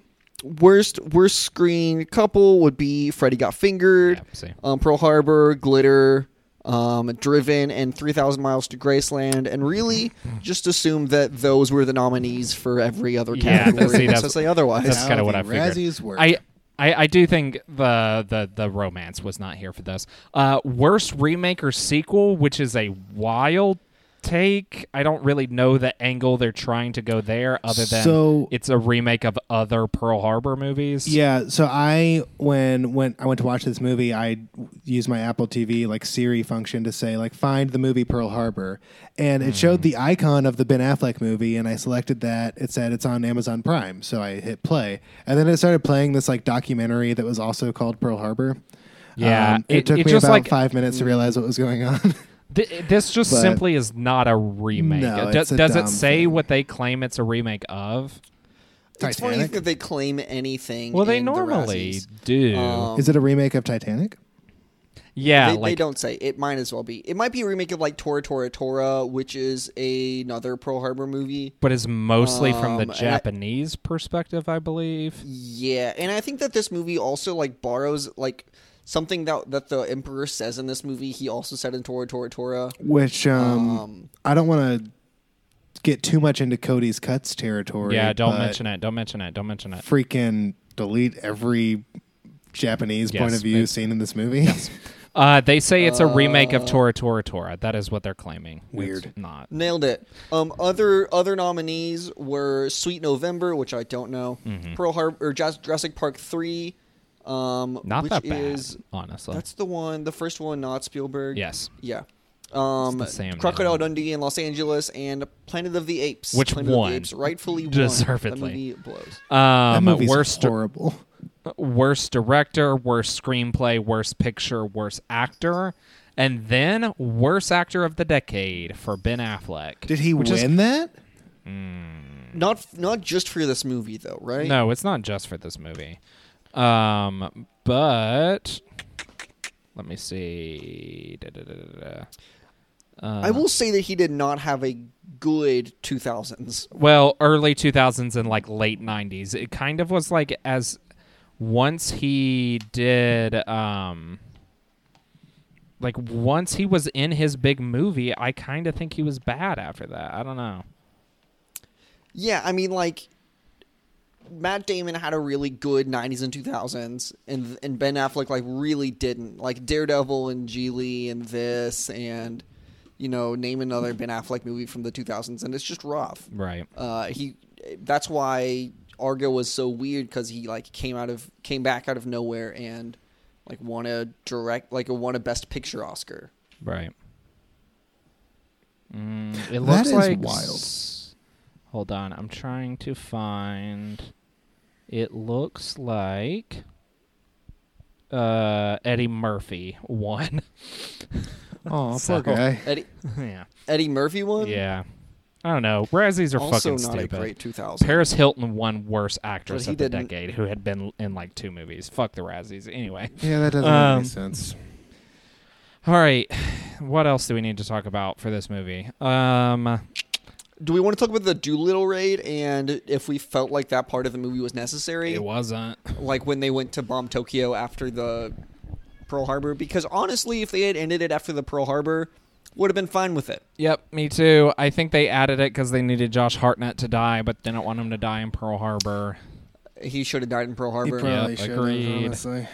Worst worst screen couple would be Freddy Got Fingered. Yeah, see. um, Pearl Harbor, Glitter, um, Driven, and 3,000 Miles to Graceland, and really just assume that those were the nominees for every other Yeah, category. see, I'm that's- supposed to say otherwise. That's How kinda what the I figured. Razzies work. I, I, I do think the, the the romance was not here for this. Uh, worst remake or sequel, which is a wild take. I don't really know the angle they're trying to go there, other than So- it's a remake of other Pearl Harbor movies. Yeah, so I when when I went to watch this movie, I used my Apple TV like Siri function to say like find the movie Pearl Harbor, and it Hmm. showed the icon of the Ben Affleck movie, and I selected that. It said it's on Amazon Prime, so I hit play, and then it started playing this like documentary that was also called Pearl Harbor. Yeah, Um, it, Uh, it- took it me just, about like- five minutes to realize what was going on. Th- this just But- simply is not a remake. No, Do- it's a does dumb it say thing. what they claim it's a remake of? it's funny Titanic? that they claim anything. Well, they in the normally Razzies. do. Um, Is it a remake of Titanic? yeah, they, they like don't say. It might as well be. It might be a remake of like Tora Tora Tora, which is another Pearl Harbor movie. but it's mostly from the Um, and I- Japanese perspective, I believe. Yeah, and I think that this movie also like borrows like something that that the Emperor says in this movie. He also said in Tora Tora Tora. Which um, Um, I don't want to get too much into Cody's cuts territory. Yeah, don't but- mention it. Don't mention it. Don't mention it. freaking delete every Japanese Yes, point of view maybe. seen in this movie. Uh, they say it's a remake of Tora Tora Tora. That is what they're claiming. It's Uh, Weird. not. Nailed it. Um, other other Mm-hmm. nominees were Sweet November, which I don't know, Pearl Harbor, or Jurassic Park Three, Um, Not which that bad, is- honestly. that's the one, the first one, not Spielberg. yes. Yeah. Um, the same Crocodile name. Dundee in Los Angeles and Planet of the Apes. Which Planet won? Of the Apes rightfully won. Deservedly. That movie blows. That Um, movie's worst horrible. worst director, worst screenplay, worst picture, worst actor, and then worst actor of the decade for Ben Affleck. Did he which win is- that? Not not just for this movie though, right? No, it's not just for this movie. Um, but let me see. Da, da, da, da, da. I will say that he did not have a good 2000s. Well, early 2000s and like late 90s. It kind of was like as once he did um like once he was in his big movie, I kind of think he was bad after that. I don't know. Yeah, I mean like Matt Damon had a really good 90s and 2000s and and Ben Affleck like really didn't. Like Daredevil and Geely and this and you know, name another Ben Affleck movie from the 2000s and it's just rough. Right. uh, he that's why Argo was so weird because he like came out of came back out of nowhere and like won a direct like won a best picture Oscar. Right. Mm, it That looks is like wild. s- Hold on, I'm trying to find. It looks like uh Eddie Murphy won. Oh, So- poor guy. Eddie yeah. Eddie Murphy won. Yeah. I don't know. Razzies are also fucking not stupid. a great two thousand. Paris Hilton won worst actress he of the didn't- decade, who had been in like two movies. Fuck the Razzies. Anyway. Yeah, that doesn't make Um, any sense. All right. What else do we need to talk about for this movie? Um. Do we want to talk about the Doolittle raid and if we felt like that part of the movie was necessary? It wasn't. like when they went to bomb Tokyo after the Pearl Harbor, because honestly, if they had ended it after the Pearl Harbor, would have been fine with it. Yep, me too. I think they added it because they needed Josh Hartnett to die, but they don't want him to die in Pearl Harbor. He should have died in Pearl Harbor. probably Yep, should have, agreed.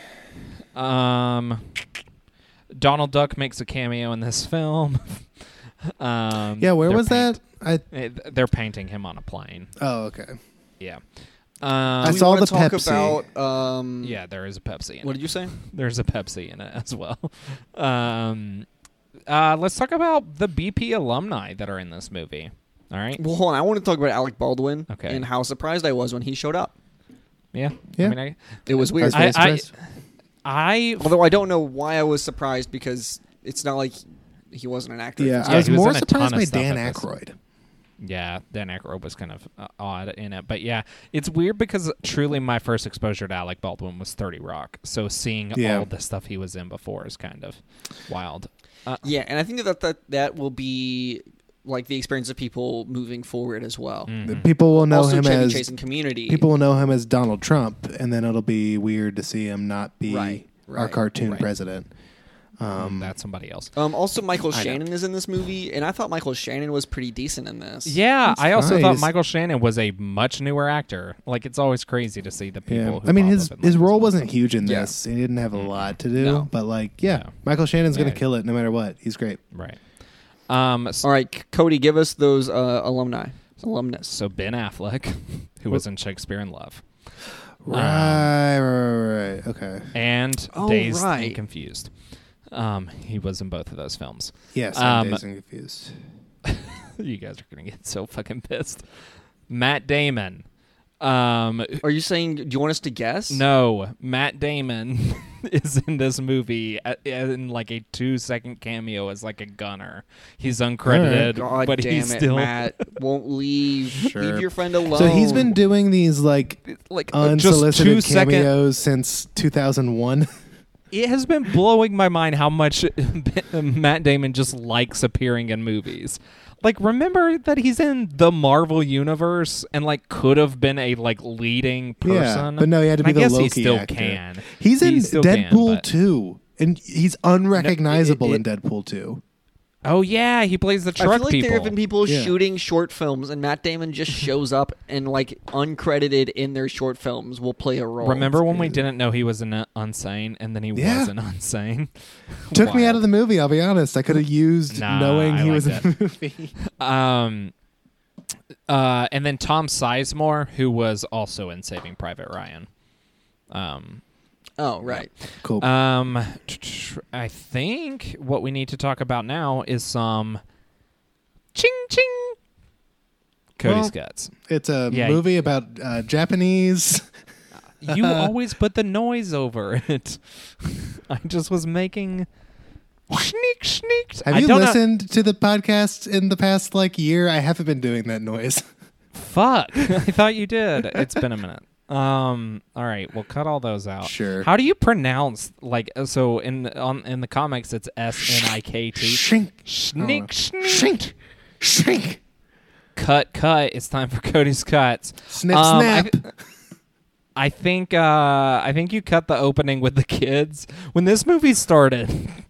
Um, Donald Duck makes a cameo in this film. um, Yeah, where they're was paint- that? I eh, They're painting him on a plane. oh okay. Yeah. I Um, we saw wanna the talk Pepsi. about um yeah, there is a Pepsi. In What it. did you say? There's a Pepsi in it as well. Um, uh, let's talk about the BP alumni that are in this movie. All right. Well, hold on. I want to talk about Alec Baldwin Okay. and how surprised I was when he showed up. Yeah. Yeah. I mean, I, It was weird. That's very I- I- surprised. I Although I don't know why I was surprised because it's not like he wasn't an actor. yeah, It's- Yeah, I was he was more in a ton surprised of by stuff Dan at this. Aykroyd. Yeah, Dan Aykroyd was kind of uh, odd in it, but yeah, it's weird because truly my first exposure to Alec Baldwin was Thirty Rock, so seeing Yeah. all the stuff he was in before is kind of wild. Uh, yeah, and I think that that that will be like the experience of people moving forward as well. Mm-hmm. The People will know also, him Chevy as Chase and Community. people will know him as Donald Trump, and then it'll be weird to see him not be Right, our right, cartoon right. president. Um, that's somebody else. Um, also, Michael I know. Shannon is in this movie, and I thought Michael Shannon was pretty decent in this. Yeah, I also fine. thought He's- Michael Shannon was a much newer actor. Like it's always crazy to see the people. yeah, Who I mean pop his up in, like, his this role movie. wasn't huge in Yeah. this. He didn't have a lot to do, No. but like yeah, No. Michael Shannon's gonna Yeah. kill it no matter what. He's great. right. Um, so, All right, C- Cody, give us those uh, alumni, alumnus. so Ben Affleck, who was in Shakespeare in Love, Right, right, right, right. Okay. and Oh, Dazed right. and Confused, um, he was in both of those films. Yes, I'm Um, dazed and confused. you guys are gonna get so fucking pissed. Matt Damon. Um, Are you saying? Do you want us to guess? no, Matt Damon is in this movie a- in like a two-second cameo as like a gunner. He's uncredited, God but damn he's it, still Matt. Won't leave. Sure. Leave your friend alone. So he's been doing these like like uh, just two unsolicited second. cameos since 2001. It has been blowing my mind how much Matt Damon just likes appearing in movies. Like, remember that he's in the Marvel universe and like could have been a like leading person. Yeah, but no, he had to be And the I guess Loki he still actor. can. He's He in still can, Deadpool but- 2, and he's unrecognizable it- in Deadpool 2. Oh yeah, he plays the I feel truck like people. there have been people Yeah. shooting short films, and Matt Damon just shows up and like uncredited in their short films will play a role. Remember when we didn't know he was an uh, unsane, and then he Yeah. was an unsane. Took me out of the movie. I'll be honest. I could have used Nah, knowing I he like was in that. the movie. Um, uh, and then Tom Sizemore, who was also in Saving Private Ryan. Um, Oh, right. Cool. Um, tr- tr- I think what we need to talk about now is some ching ching. Cody's Well- guts. it's a yeah. movie about uh, Japanese. You always put the noise over it. I just was making sneak sneak. Have I you don't know- listened to the podcast in the past like year? I haven't been doing that noise. Fuck. I thought you did. It's been a minute. Um. All right. We'll cut all those out. Sure. Oh. How do you pronounce like uh, so in on in the comics? It's S N I K T. Shrink, Sneak sneak. shrink, shrink. Cut cut. It's time for Cody's cuts. Snip, Um, I snap. th- I think uh, I think you cut the opening with the kids when this movie started.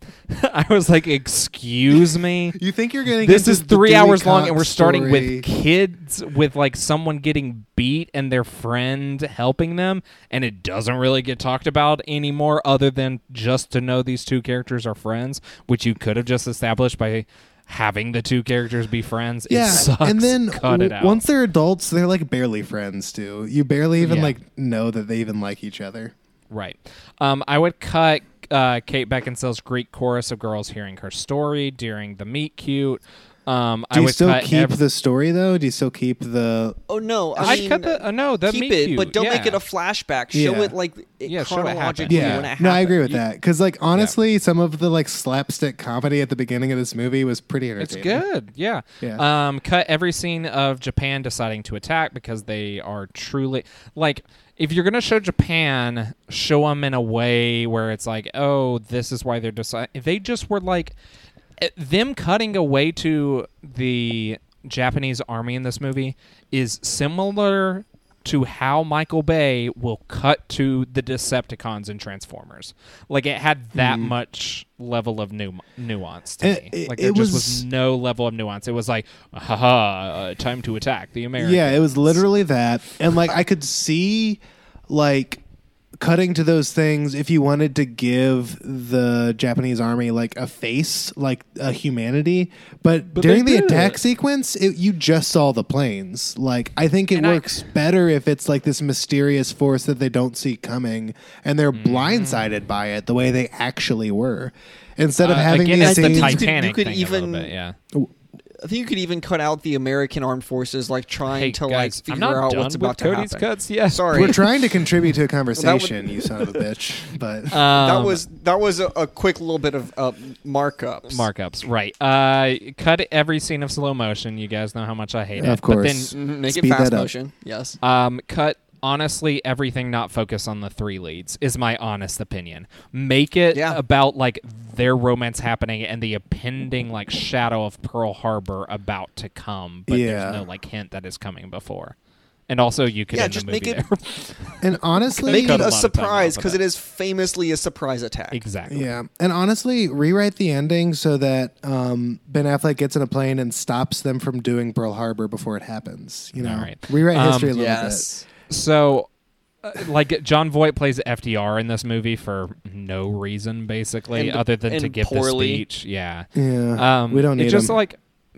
I was like, "Excuse me, you think you're getting this into is the three Dewey hours long, Cox and we're starting story. with kids with like someone getting beat and their friend helping them, and it doesn't really get talked about anymore, other than just to know these two characters are friends, which you could have just established by." Having the two characters be friends, yeah, it sucks. and then cut it w- out. once they're adults, they're like barely friends too. You barely even Yeah. like know that they even like each other. Right. Um, I would cut uh, Kate Beckinsale's Greek chorus of girls hearing her story during the meet cute. Um, Do I you would still cut keep ev- the story though? Do you still keep the? Oh no, I I'd mean, cut the uh, no the keep meet it, cute, but don't make yeah. it a flashback. Show Yeah. it like it Yeah, show what happened. chronologically Yeah, when it happened. no, I agree with that. Because like honestly, some of the like slapstick comedy at the beginning of this movie was pretty It's entertaining. good. Yeah. Yeah. Um, cut every scene of Japan deciding to attack because they are truly like if you're gonna show Japan, show them in a way where it's like, oh, this is why they're deciding. If they just were like eh, them cutting away to the Japanese army in this movie is similar to how Michael Bay will cut to the Decepticons in Transformers. Like it had that much level of nu- nuance to It- me. Hmm. Eh, it- like there it just was was- no level of nuance. It was like, haha, uh, time to attack the Americans. Yeah, it was literally that. And like I could see like cutting to those things if you wanted to give the Japanese army like a face, like a humanity, but, during they the did. attack sequence, it, you just saw the planes. Like I think it And I- works better if it's like this mysterious force that they don't see coming and they're Mm-hmm. blindsided by it the way they actually were. Instead of Uh, having again, these it's the scenes, type- Titanic could thing a even- little bit, yeah. I think you could even cut out the American armed forces, like trying Hey, to guys, like I'm figure not out done what's with about Cody's to happen. cuts yet. Sorry, we're trying to contribute to a conversation, you son of a bitch. But Um, that was that was a, a quick little bit of uh, markups. markups, right? Uh, cut every scene of slow motion. You guys know how much I hate it. Of But then course. Mhm, make Speed it fast that up. motion. Yes. Um, cut honestly everything not focus on the three leads is my honest opinion. Make it Yeah. about like their romance happening and the impending like shadow of Pearl Harbor about to come, but Yeah. there's no like hint that is coming before. And also, you could Yeah, end just the movie make it- there. and honestly, Make cut it a lot a of time surprise off of because that. it is famously a surprise attack. exactly. Yeah, and honestly, rewrite the ending so that um, Ben Affleck gets in a plane and stops them from doing Pearl Harbor before it happens. You know, All right. rewrite Um, history a little Yes. So, uh, like, John Voight plays FDR in this movie for no reason, basically, And- other than to and give poorly. the speech. Yeah. bit. Yeah, we don't need Um, it. Just him. like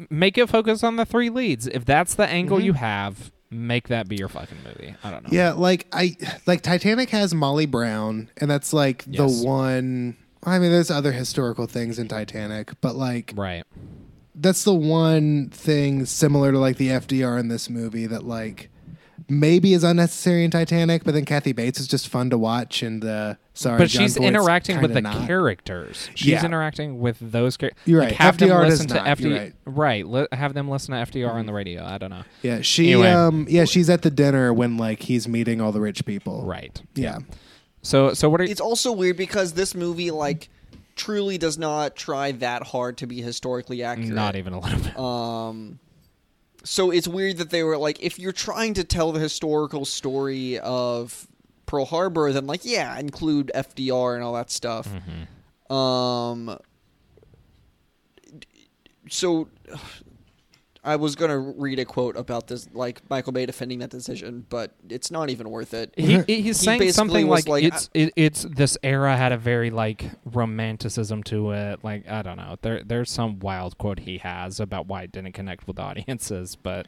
make it focus on the three leads. If that's the angle you have, make that be your fucking movie. I don't know. Mm-hmm. yeah, like I like Titanic has Molly Brown, and that's like Yes. the one. I mean, there's other historical things in Titanic, but like Right. that's the one thing similar to like the FDR in this movie that like maybe is unnecessary in Titanic, but then Kathy Bates is just fun to watch, and uh, sorry, But John she's Voight's interacting with kinda the not. characters. She's Yeah. interacting with those characters. You're Like, right. have FDR them does listen to not. You're Mm-hmm. FDR. Right. Li- have them listen to FDR on the radio. I don't know. Yeah, she Anyway. um yeah, she's at the dinner when like he's meeting all the rich people. Right. Yeah. So so what are It's also weird because this movie like truly does not try that hard to be historically accurate. not even a little bit. Um, so it's weird that they were like, if you're trying to tell the historical story of Pearl Harbor, then like, yeah, include FDR and all that stuff. Mm-hmm. Um, so I was gonna read a quote about this, like Michael Bay defending that decision, but it's not even worth it. he, he- he's He saying basically something was like, like, it's it, it's this era had a very like romanticism to it like i don't know there there's some wild quote he has about why it didn't connect with audiences but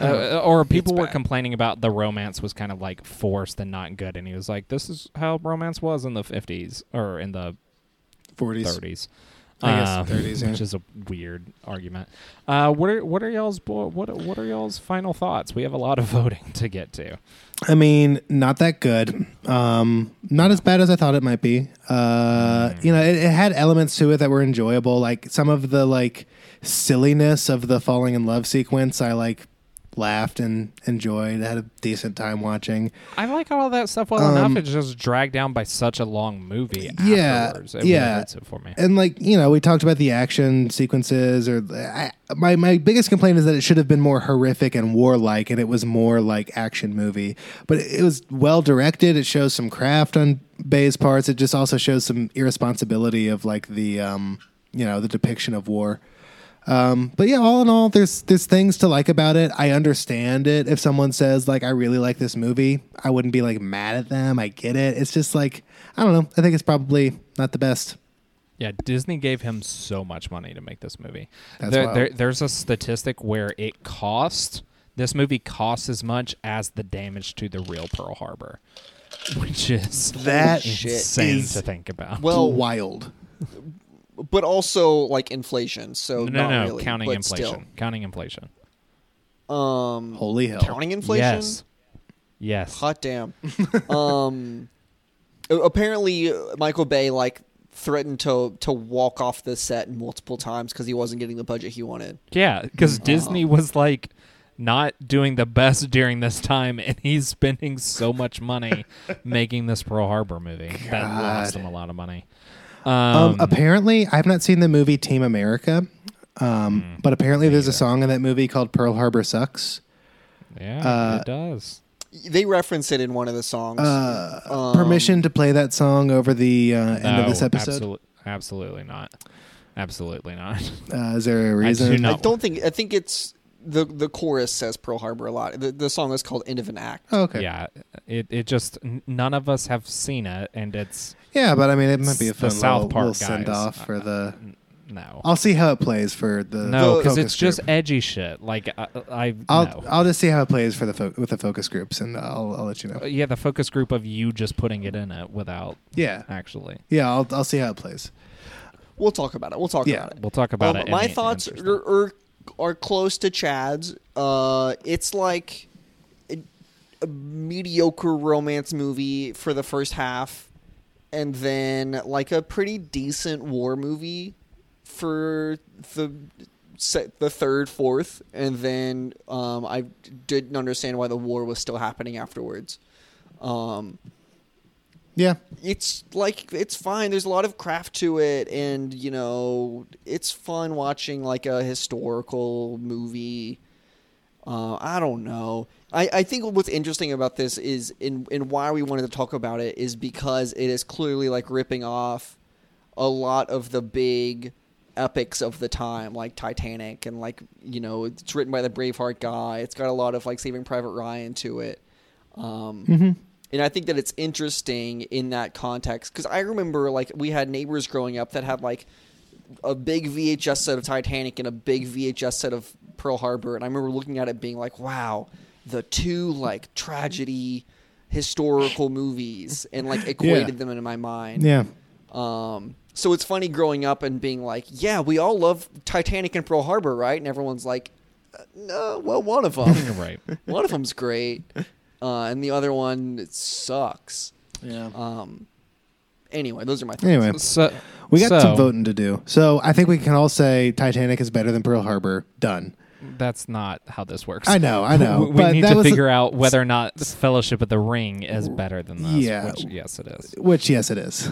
Uh, or people It's were bad. complaining about the romance was kind of like forced and not good, and he was like, "This is how romance was in the fifties or in the 40s. thirties. Uh, I guess 30s, yeah. which is a weird argument. Uh, what are what are y'all's bo- what what are y'all's final thoughts? We have a lot of voting to get to. I mean, not that good. Um, not as bad as I thought it might be. Uh, You know, it, it had elements to it that were enjoyable. Like some of the like silliness of the falling in love sequence, I like laughed and enjoyed. had a decent time watching. I like all that stuff well enough. It's just dragged down by such a long movie. Um, Yeah, afterwards. It yeah. really hurts it for me. And like you know, we talked about the action sequences. Or I, my my biggest complaint is that it should have been more horrific and warlike, and it was more like action movie. But it was well directed. It shows some craft on Bay's parts. It just also shows some irresponsibility of like the um you know the depiction of war. Um, but yeah, all in all, there's there's things to like about it. I understand it. If someone says like I really like this movie, I wouldn't be like mad at them. I get it. It's just like I don't know. I think it's probably not the best. Yeah, Disney gave him so much money to make this movie. That's There, wild. there, there's a statistic where it cost this movie costs as much as the damage to the real Pearl Harbor, which is That insane is- to think about. Well, wild. but also like inflation. So no, not no, really, counting but inflation, counting inflation. Still, um, Holy hell. counting inflation. Oh, Yes, yes. Hot damn. um, a- apparently, uh, Michael Bay like threatened to to walk off the set multiple times because he wasn't getting the budget he wanted. Yeah, Mm. because Disney was like not doing the best during this time, and he's spending so much money making this Pearl Harbor movie that lost God. him a lot of money. Um, apparently, I've not seen the movie Team America, um, Hmm. but apparently there's a song in that movie called Pearl Harbor Sucks. Yeah, it does. They reference it in one of the songs. Uh, permission to play that song over the uh, end of this No, episode? absolu- absolutely not. Absolutely not. Uh, is there a reason? not- I don't think. I think it's the the chorus says Pearl Harbor a lot. The, the song is called "End of an Act." Oh, okay. Yeah. Yeah, it it just n- none of us have seen it, and it's but I mean, it might be a It's fun the South little, Park little send guys. off for the. no, I'll see how it plays for the. no, because because it's just edgy shit. Like uh, I, I I'll no. I'll just see how it plays for the fo- with the focus groups, and I'll I'll let you know. Uh, yeah, the focus group of you just putting it in it without Yeah, actually. yeah. I'll I'll see how it plays. We'll talk about it. We'll talk Yeah. about it. We'll talk about Um, it. in My the thoughts answers. are, are are close to Chad's. Uh, it's like a, a mediocre romance movie for the first half, and then like a pretty decent war movie for the se- the third, fourth, and then um, I didn't understand why the war was still happening afterwards. Um, Yeah, it's like it's fine. There's a lot of craft to it, and you know, it's fun watching like a historical movie. Uh, I don't know. I, I think what's interesting about this is in and why we wanted to talk about it is because it is clearly like ripping off a lot of the big epics of the time, like Titanic, and like you know, it's written by the Braveheart guy. It's got a lot of like Saving Private Ryan to it. Um, And I think that it's interesting in that context because I remember like we had neighbors growing up that had like a big VHS set of Titanic and a big VHS set of Pearl Harbor, and I remember looking at it being like, "Wow, the two like tragedy historical movies," and like equated them in my mind. yeah. Um, so it's funny growing up and being like, yeah, we all love Titanic and Pearl Harbor, right? And everyone's like, uh, no, well, one of You're them, right. one of them's great, uh, and the other one it sucks. Yeah. Um, anyway, those are my thoughts. Anyway, So We got so, some voting to do. So I think we can all say Titanic is better than Pearl Harbor. Done. That's not how this works. I know, I know. We, we but need that to was a- figure out whether or not the Fellowship of the Ring is better than this. Yeah. Which, yes, it is. Which, yes, it is.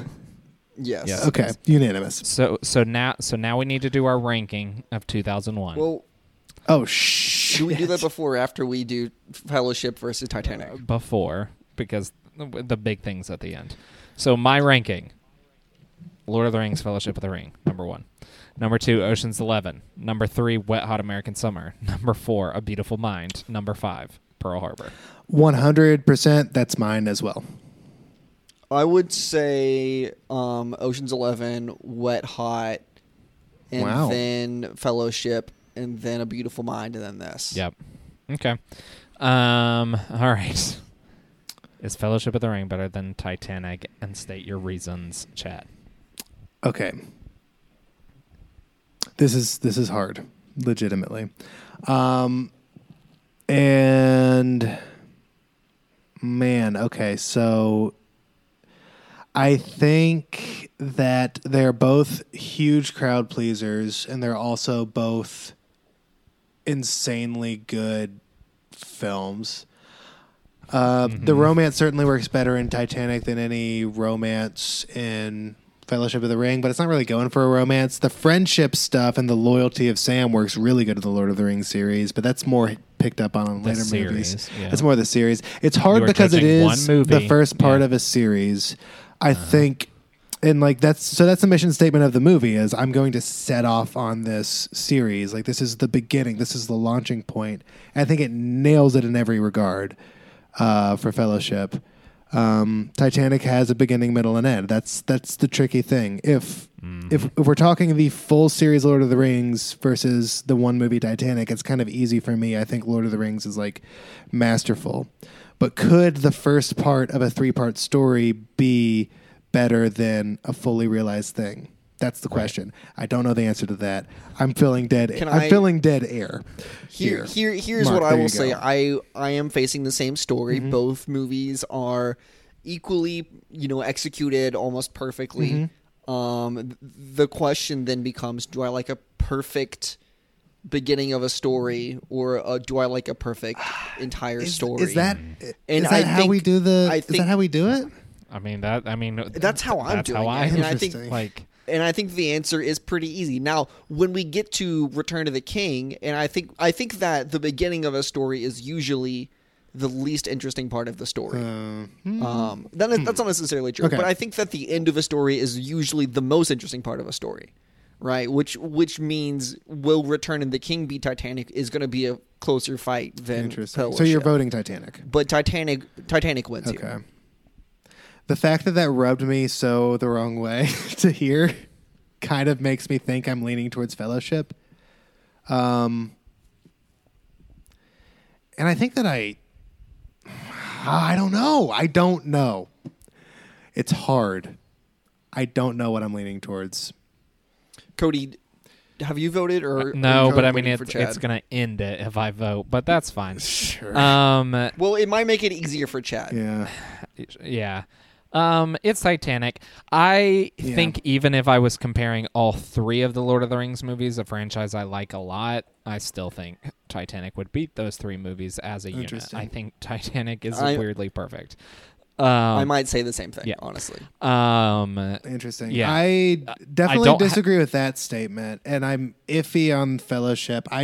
Yes. Yes. Okay, unanimous. So so now so now we need to do our ranking of 2001. Well, Oh shh. do we do that before or after we do Fellowship versus Titanic? before because the the big things at the end. So my ranking: Lord of the Rings, Fellowship of the Ring, number one. Number two, Ocean's Eleven. Number three, Wet Hot American Summer. Number four, A Beautiful Mind. Number five, Pearl Harbor. One hundred percent. That's mine as well. I would say um, Ocean's Eleven, Wet Hot, and Wow. then Fellowship, and then A Beautiful Mind, and then this. Yep. Okay. Um. All right. Is Fellowship of the Ring better than Titanic? And state your reasons, chat. Okay. This is this is hard, legitimately. Um and man, okay, so I think that they're both huge crowd pleasers and they're also both insanely good films. Uh, The romance certainly works better in Titanic than any romance in Fellowship of the Ring, but it's not really going for a romance. The friendship stuff and the loyalty of Sam works really good in the Lord of the Rings series, but that's more picked up on in later series, movies. yeah. It's more the series. It's hard were because it judging one is movie. the first part Yeah. Uh-huh. of a series. I think. And like that's so that's the mission statement of the movie is I'm going to set off on this series. Like this is the beginning, this is the launching point. And I think it nails it in every regard uh, for Fellowship. Um, Titanic has a beginning, middle, and end. That's that's the tricky thing. If if if we're talking the full series Lord of the Rings versus the one movie Titanic, it's kind of easy for me. I think Lord of the Rings is like masterful. But could the first part of a three part story be better than a fully realized thing? That's the question. I don't know the answer to that. I'm filling dead Can air. I'm I- filling dead air. here, here, here's Mark, what I there will you say. go. Mm-hmm. I I am facing the same story. Both movies are equally, you know, executed almost perfectly. Mm-hmm. Um, th- the question then becomes: Do I like a perfect beginning of a story, or uh, do I like a perfect entire Is- story? Is that is And that I how we think- do the? I is think- that how we do it? I mean that. I mean That's how I'm that's doing how it, I, and I think- Interesting. like. and I think the answer is pretty easy. Now, when we get to Return of the King, and I think I think that the beginning of a story is usually the least interesting part of the story. Uh, Um, that is, that's not necessarily true, Mm. Okay. but I think that the end of a story is usually the most interesting part of a story, right? Which which means will Return of the King be Titanic is going to be a closer fight than interesting. Fellowship. hmm. So you're voting Titanic. but Titanic Titanic wins here. Okay. The fact that that rubbed me so the wrong way to hear kind of makes me think I'm leaning towards fellowship. Um, and I think that I, I don't know. I don't know. It's hard. I don't know what I'm leaning towards. Cody, have you voted or are you Uh, No, but I voting mean for it's Chad? it's gonna end it if I vote, but that's fine. Sure. Um, Well, it might make it easier for Chad. yeah. yeah. Um, it's Titanic. I think even if I was comparing all three of the Lord of the Rings movies, a franchise I like a lot, I still think Titanic would beat those three movies as a unit. Interesting. I think Titanic is I- weirdly perfect. Um, I might say the same thing, Yeah. honestly. um, Interesting. Yeah. I definitely don't ha- disagree with that statement, and I'm iffy on fellowship. I. I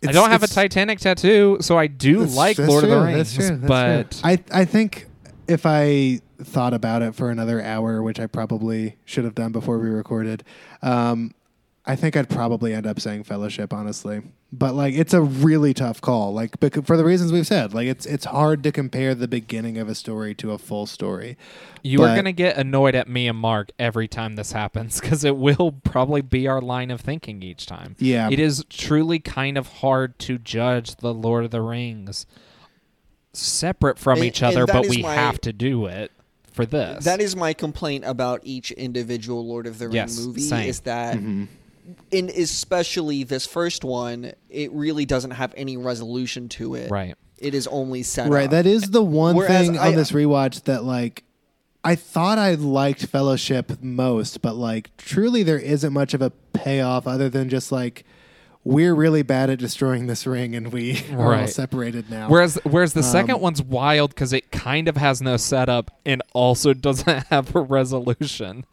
it's- don't have a it's- Titanic tattoo, so I do That's- like that's Lord of the true, Rings, that's true, that's but true. I I think if I thought about it for another hour, which I probably should have done before we recorded, um, I think I'd probably end up saying Fellowship, honestly. But like, it's a really tough call, like bec- for the reasons we've said. Like, it's it's hard to compare the beginning of a story to a full story. You are But- going to get annoyed at me and Mark every time this happens because it will probably be our line of thinking each time. Yeah. It is truly kind of hard to judge the Lord of the Rings separate from And- each and other, that but is we my- have to do it for this. That is my complaint about each individual Lord of the Ring Yes, movie same. is that Mm-hmm. in especially this first one, it really doesn't have any resolution to it. Right. It is only set Right. up. That is the one Whereas thing I- on this rewatch that like I thought I liked Fellowship most, but like truly there isn't much of a payoff other than just like we're really bad at destroying this ring and we are all Right. separated now. Whereas, whereas Um, the second one's wild because it kind of has no setup and also doesn't have a resolution.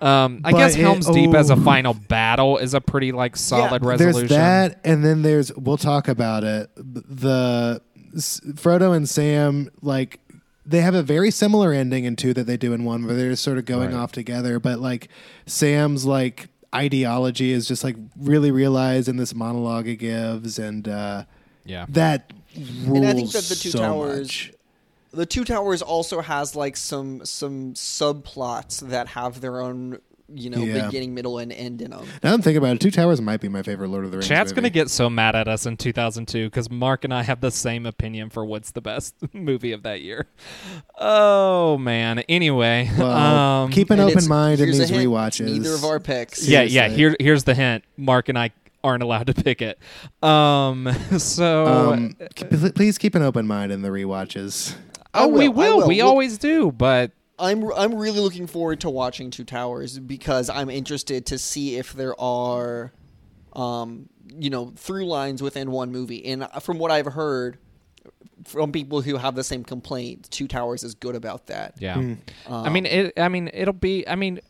Um, I But guess it- Helm's Deep as oh. a final battle is a pretty like solid there's resolution. that, and then there's we'll talk about it. The S- Frodo and Sam like they have a very similar ending in two that they do in one, where they're just sort of going Right. off together. But like Sam's like ideology is just like really realized in this monologue he gives, and uh, Yeah. that rules I think that the Two so Towers- much. the Two Towers also has like some some subplots that have their own you know, Yeah. beginning, middle, and end in them. Now that I'm thinking about it, Two Towers might be my favorite Lord of the Rings. Chad's movie. gonna get so mad at us in 2002 because Mark and I have the same opinion for what's the best movie of that year. Oh man. Anyway, Well, um, keep an And open it's- mind in here's a these hint, rewatches. Neither of our picks. yeah, yeah. seriously. Here, here's the hint. Mark and I aren't allowed to pick it. Um, so. Um, keep- pl- please keep an open mind in the rewatches. I Oh, we will, I will. will. We Look- always do, but I'm I'm really looking forward to watching Two Towers because I'm interested to see if there are, um, you know, through lines within one movie. And from what I've heard from people who have the same complaint, Two Towers is good about that. Um, yeah. I mean, it. I mean, it'll be. I mean,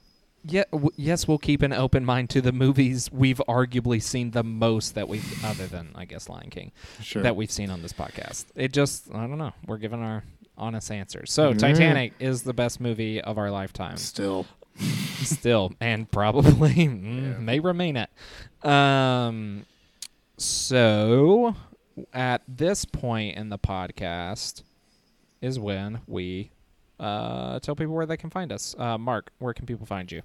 yeah. W- yes, we'll keep an open mind to the movies we've arguably seen the most that we've, other than I guess Lion King, Sure. that we've seen on this podcast. It just, I don't know. We're giving our honest answers. So, Mm-hmm. Titanic is the best movie of our lifetime. Still, still and probably mm, may remain it um so at this point in the podcast is when we uh tell people where they can find us uh mark where can people find you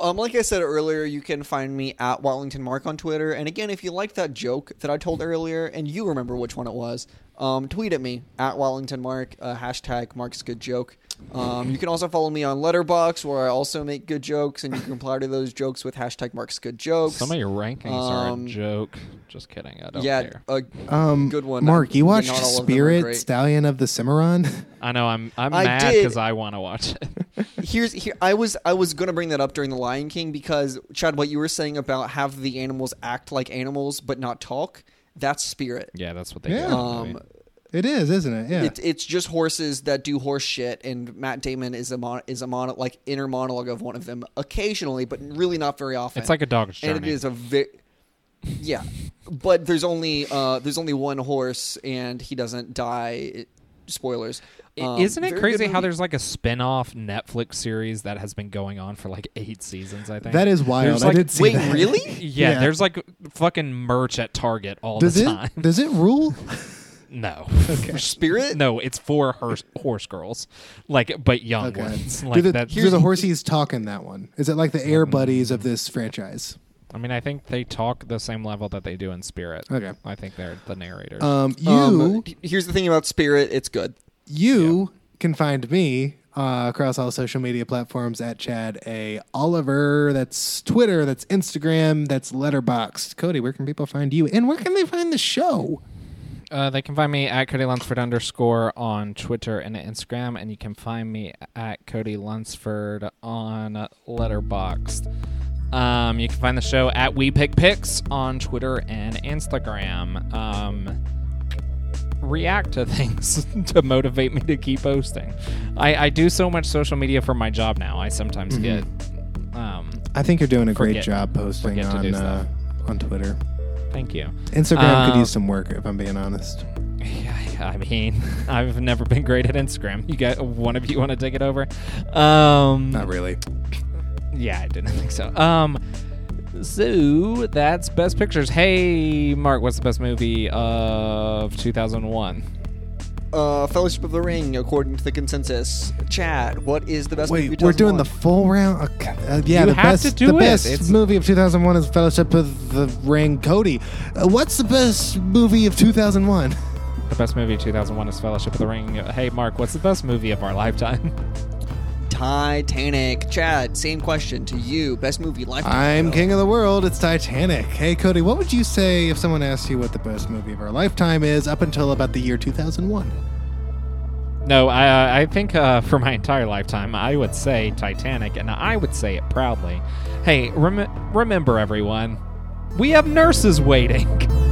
Um, like I said earlier, you can find me at Wellington Mark on Twitter. And again, if you like that joke that I told earlier, and you remember which one it was, um, tweet at me at Wellington Mark uh, hashtag Mark's Good Joke. Um, you can also follow me on Letterbox, where I also make good jokes, and you can reply to those jokes with hashtag Mark's Good Jokes. some of your rankings are a Um, joke just kidding i don't yeah, care uh, um, Good one. Mark, you Not watched all of them are Spirit, great. Stallion of the Cimarron. i know i'm i'm I mad did- because i want to watch it here's here I was I was gonna bring that up during the Lion King because Chad, what you were saying about have the animals act like animals but not talk, that's Spirit. yeah that's what they Yeah. do Um, it is, isn't it? Yeah. It, it's just horses that do horse shit, and Matt Damon is a mon- is a mono- like inner monologue of one of them occasionally, but really not very often. it's like a dog's journey and it is a very yeah, but there's only uh, there's only one horse, and he doesn't die. It- spoilers. I- Um, Isn't it very crazy good how movie. there's like a spin-off Netflix series that has been going on for like 8 seasons, I think. that is wild. There's I like- did see wait that. really? Yeah, Yeah. there's like fucking merch at Target all Does the it? time. Does it rule? No. Spirit? no, it's for horse, horse girls. Like but young Okay. ones. do Like the, that do the horsies talk in that one? Is it like the air buddies of this franchise? I mean, I think they talk the same level that they do in Spirit. Okay. I think they're the narrators. Um, you Um, here's the thing about Spirit. It's good. you can find me uh, across all social media platforms at Chad A Oliver. That's Twitter. That's Instagram. That's Letterboxd. Cody, where can people find you? And where can they find the show? Uh, they can find me at Cody Lunsford underscore on Twitter and Instagram, and you can find me at Cody Lunsford on Letterboxd. Um, you can find the show at We Pick Picks on Twitter and Instagram. Um, react to things to motivate me to keep posting. I, I do so much social media for my job now. I sometimes Mm-hmm. get. Um, I think you're doing a great Forget- job posting forget to on do uh, on Twitter. thank you. Instagram could Um, use some work, if I'm being honest. I mean, I've never been great at Instagram. You got one of you want to take it over? Um, Not really. Yeah, I didn't think so. Um, so that's best pictures. Hey, Mark, what's the best movie of 2001? Uh, Fellowship of the Ring, according to the consensus. Chad, what is the best movie? Wait, of we're doing the 2001? full round. Okay. Uh, yeah, You the have best. to do the it. best It's- movie of 2001 is Fellowship of the Ring. Cody, uh, what's the best movie of 2001? The best movie of 2001 is Fellowship of the Ring. Hey, Mark, what's the best movie of our lifetime? Titanic. Chad, same question to you. Best movie life. I'm king of the world. It's Titanic. Hey, Cody, what would you say if someone asked you what the best movie of our lifetime is up until about the year 2001? no, I, I think uh, for my entire lifetime, I would say Titanic, and I would say it proudly. Hey, rem- remember, everyone, we have nurses waiting.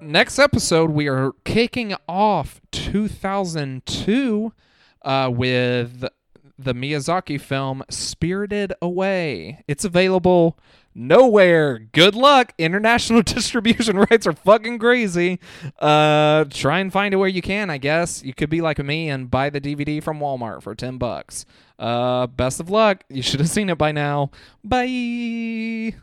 next episode we are kicking off 2002 uh, with the Miyazaki film Spirited Away. It's available nowhere. Good luck. International distribution rights are fucking crazy. Uh, try and find it where you can, I guess. You could be like me and buy the DVD from Walmart for 10 bucks. Uh, best of luck. You should have seen it by now. Bye.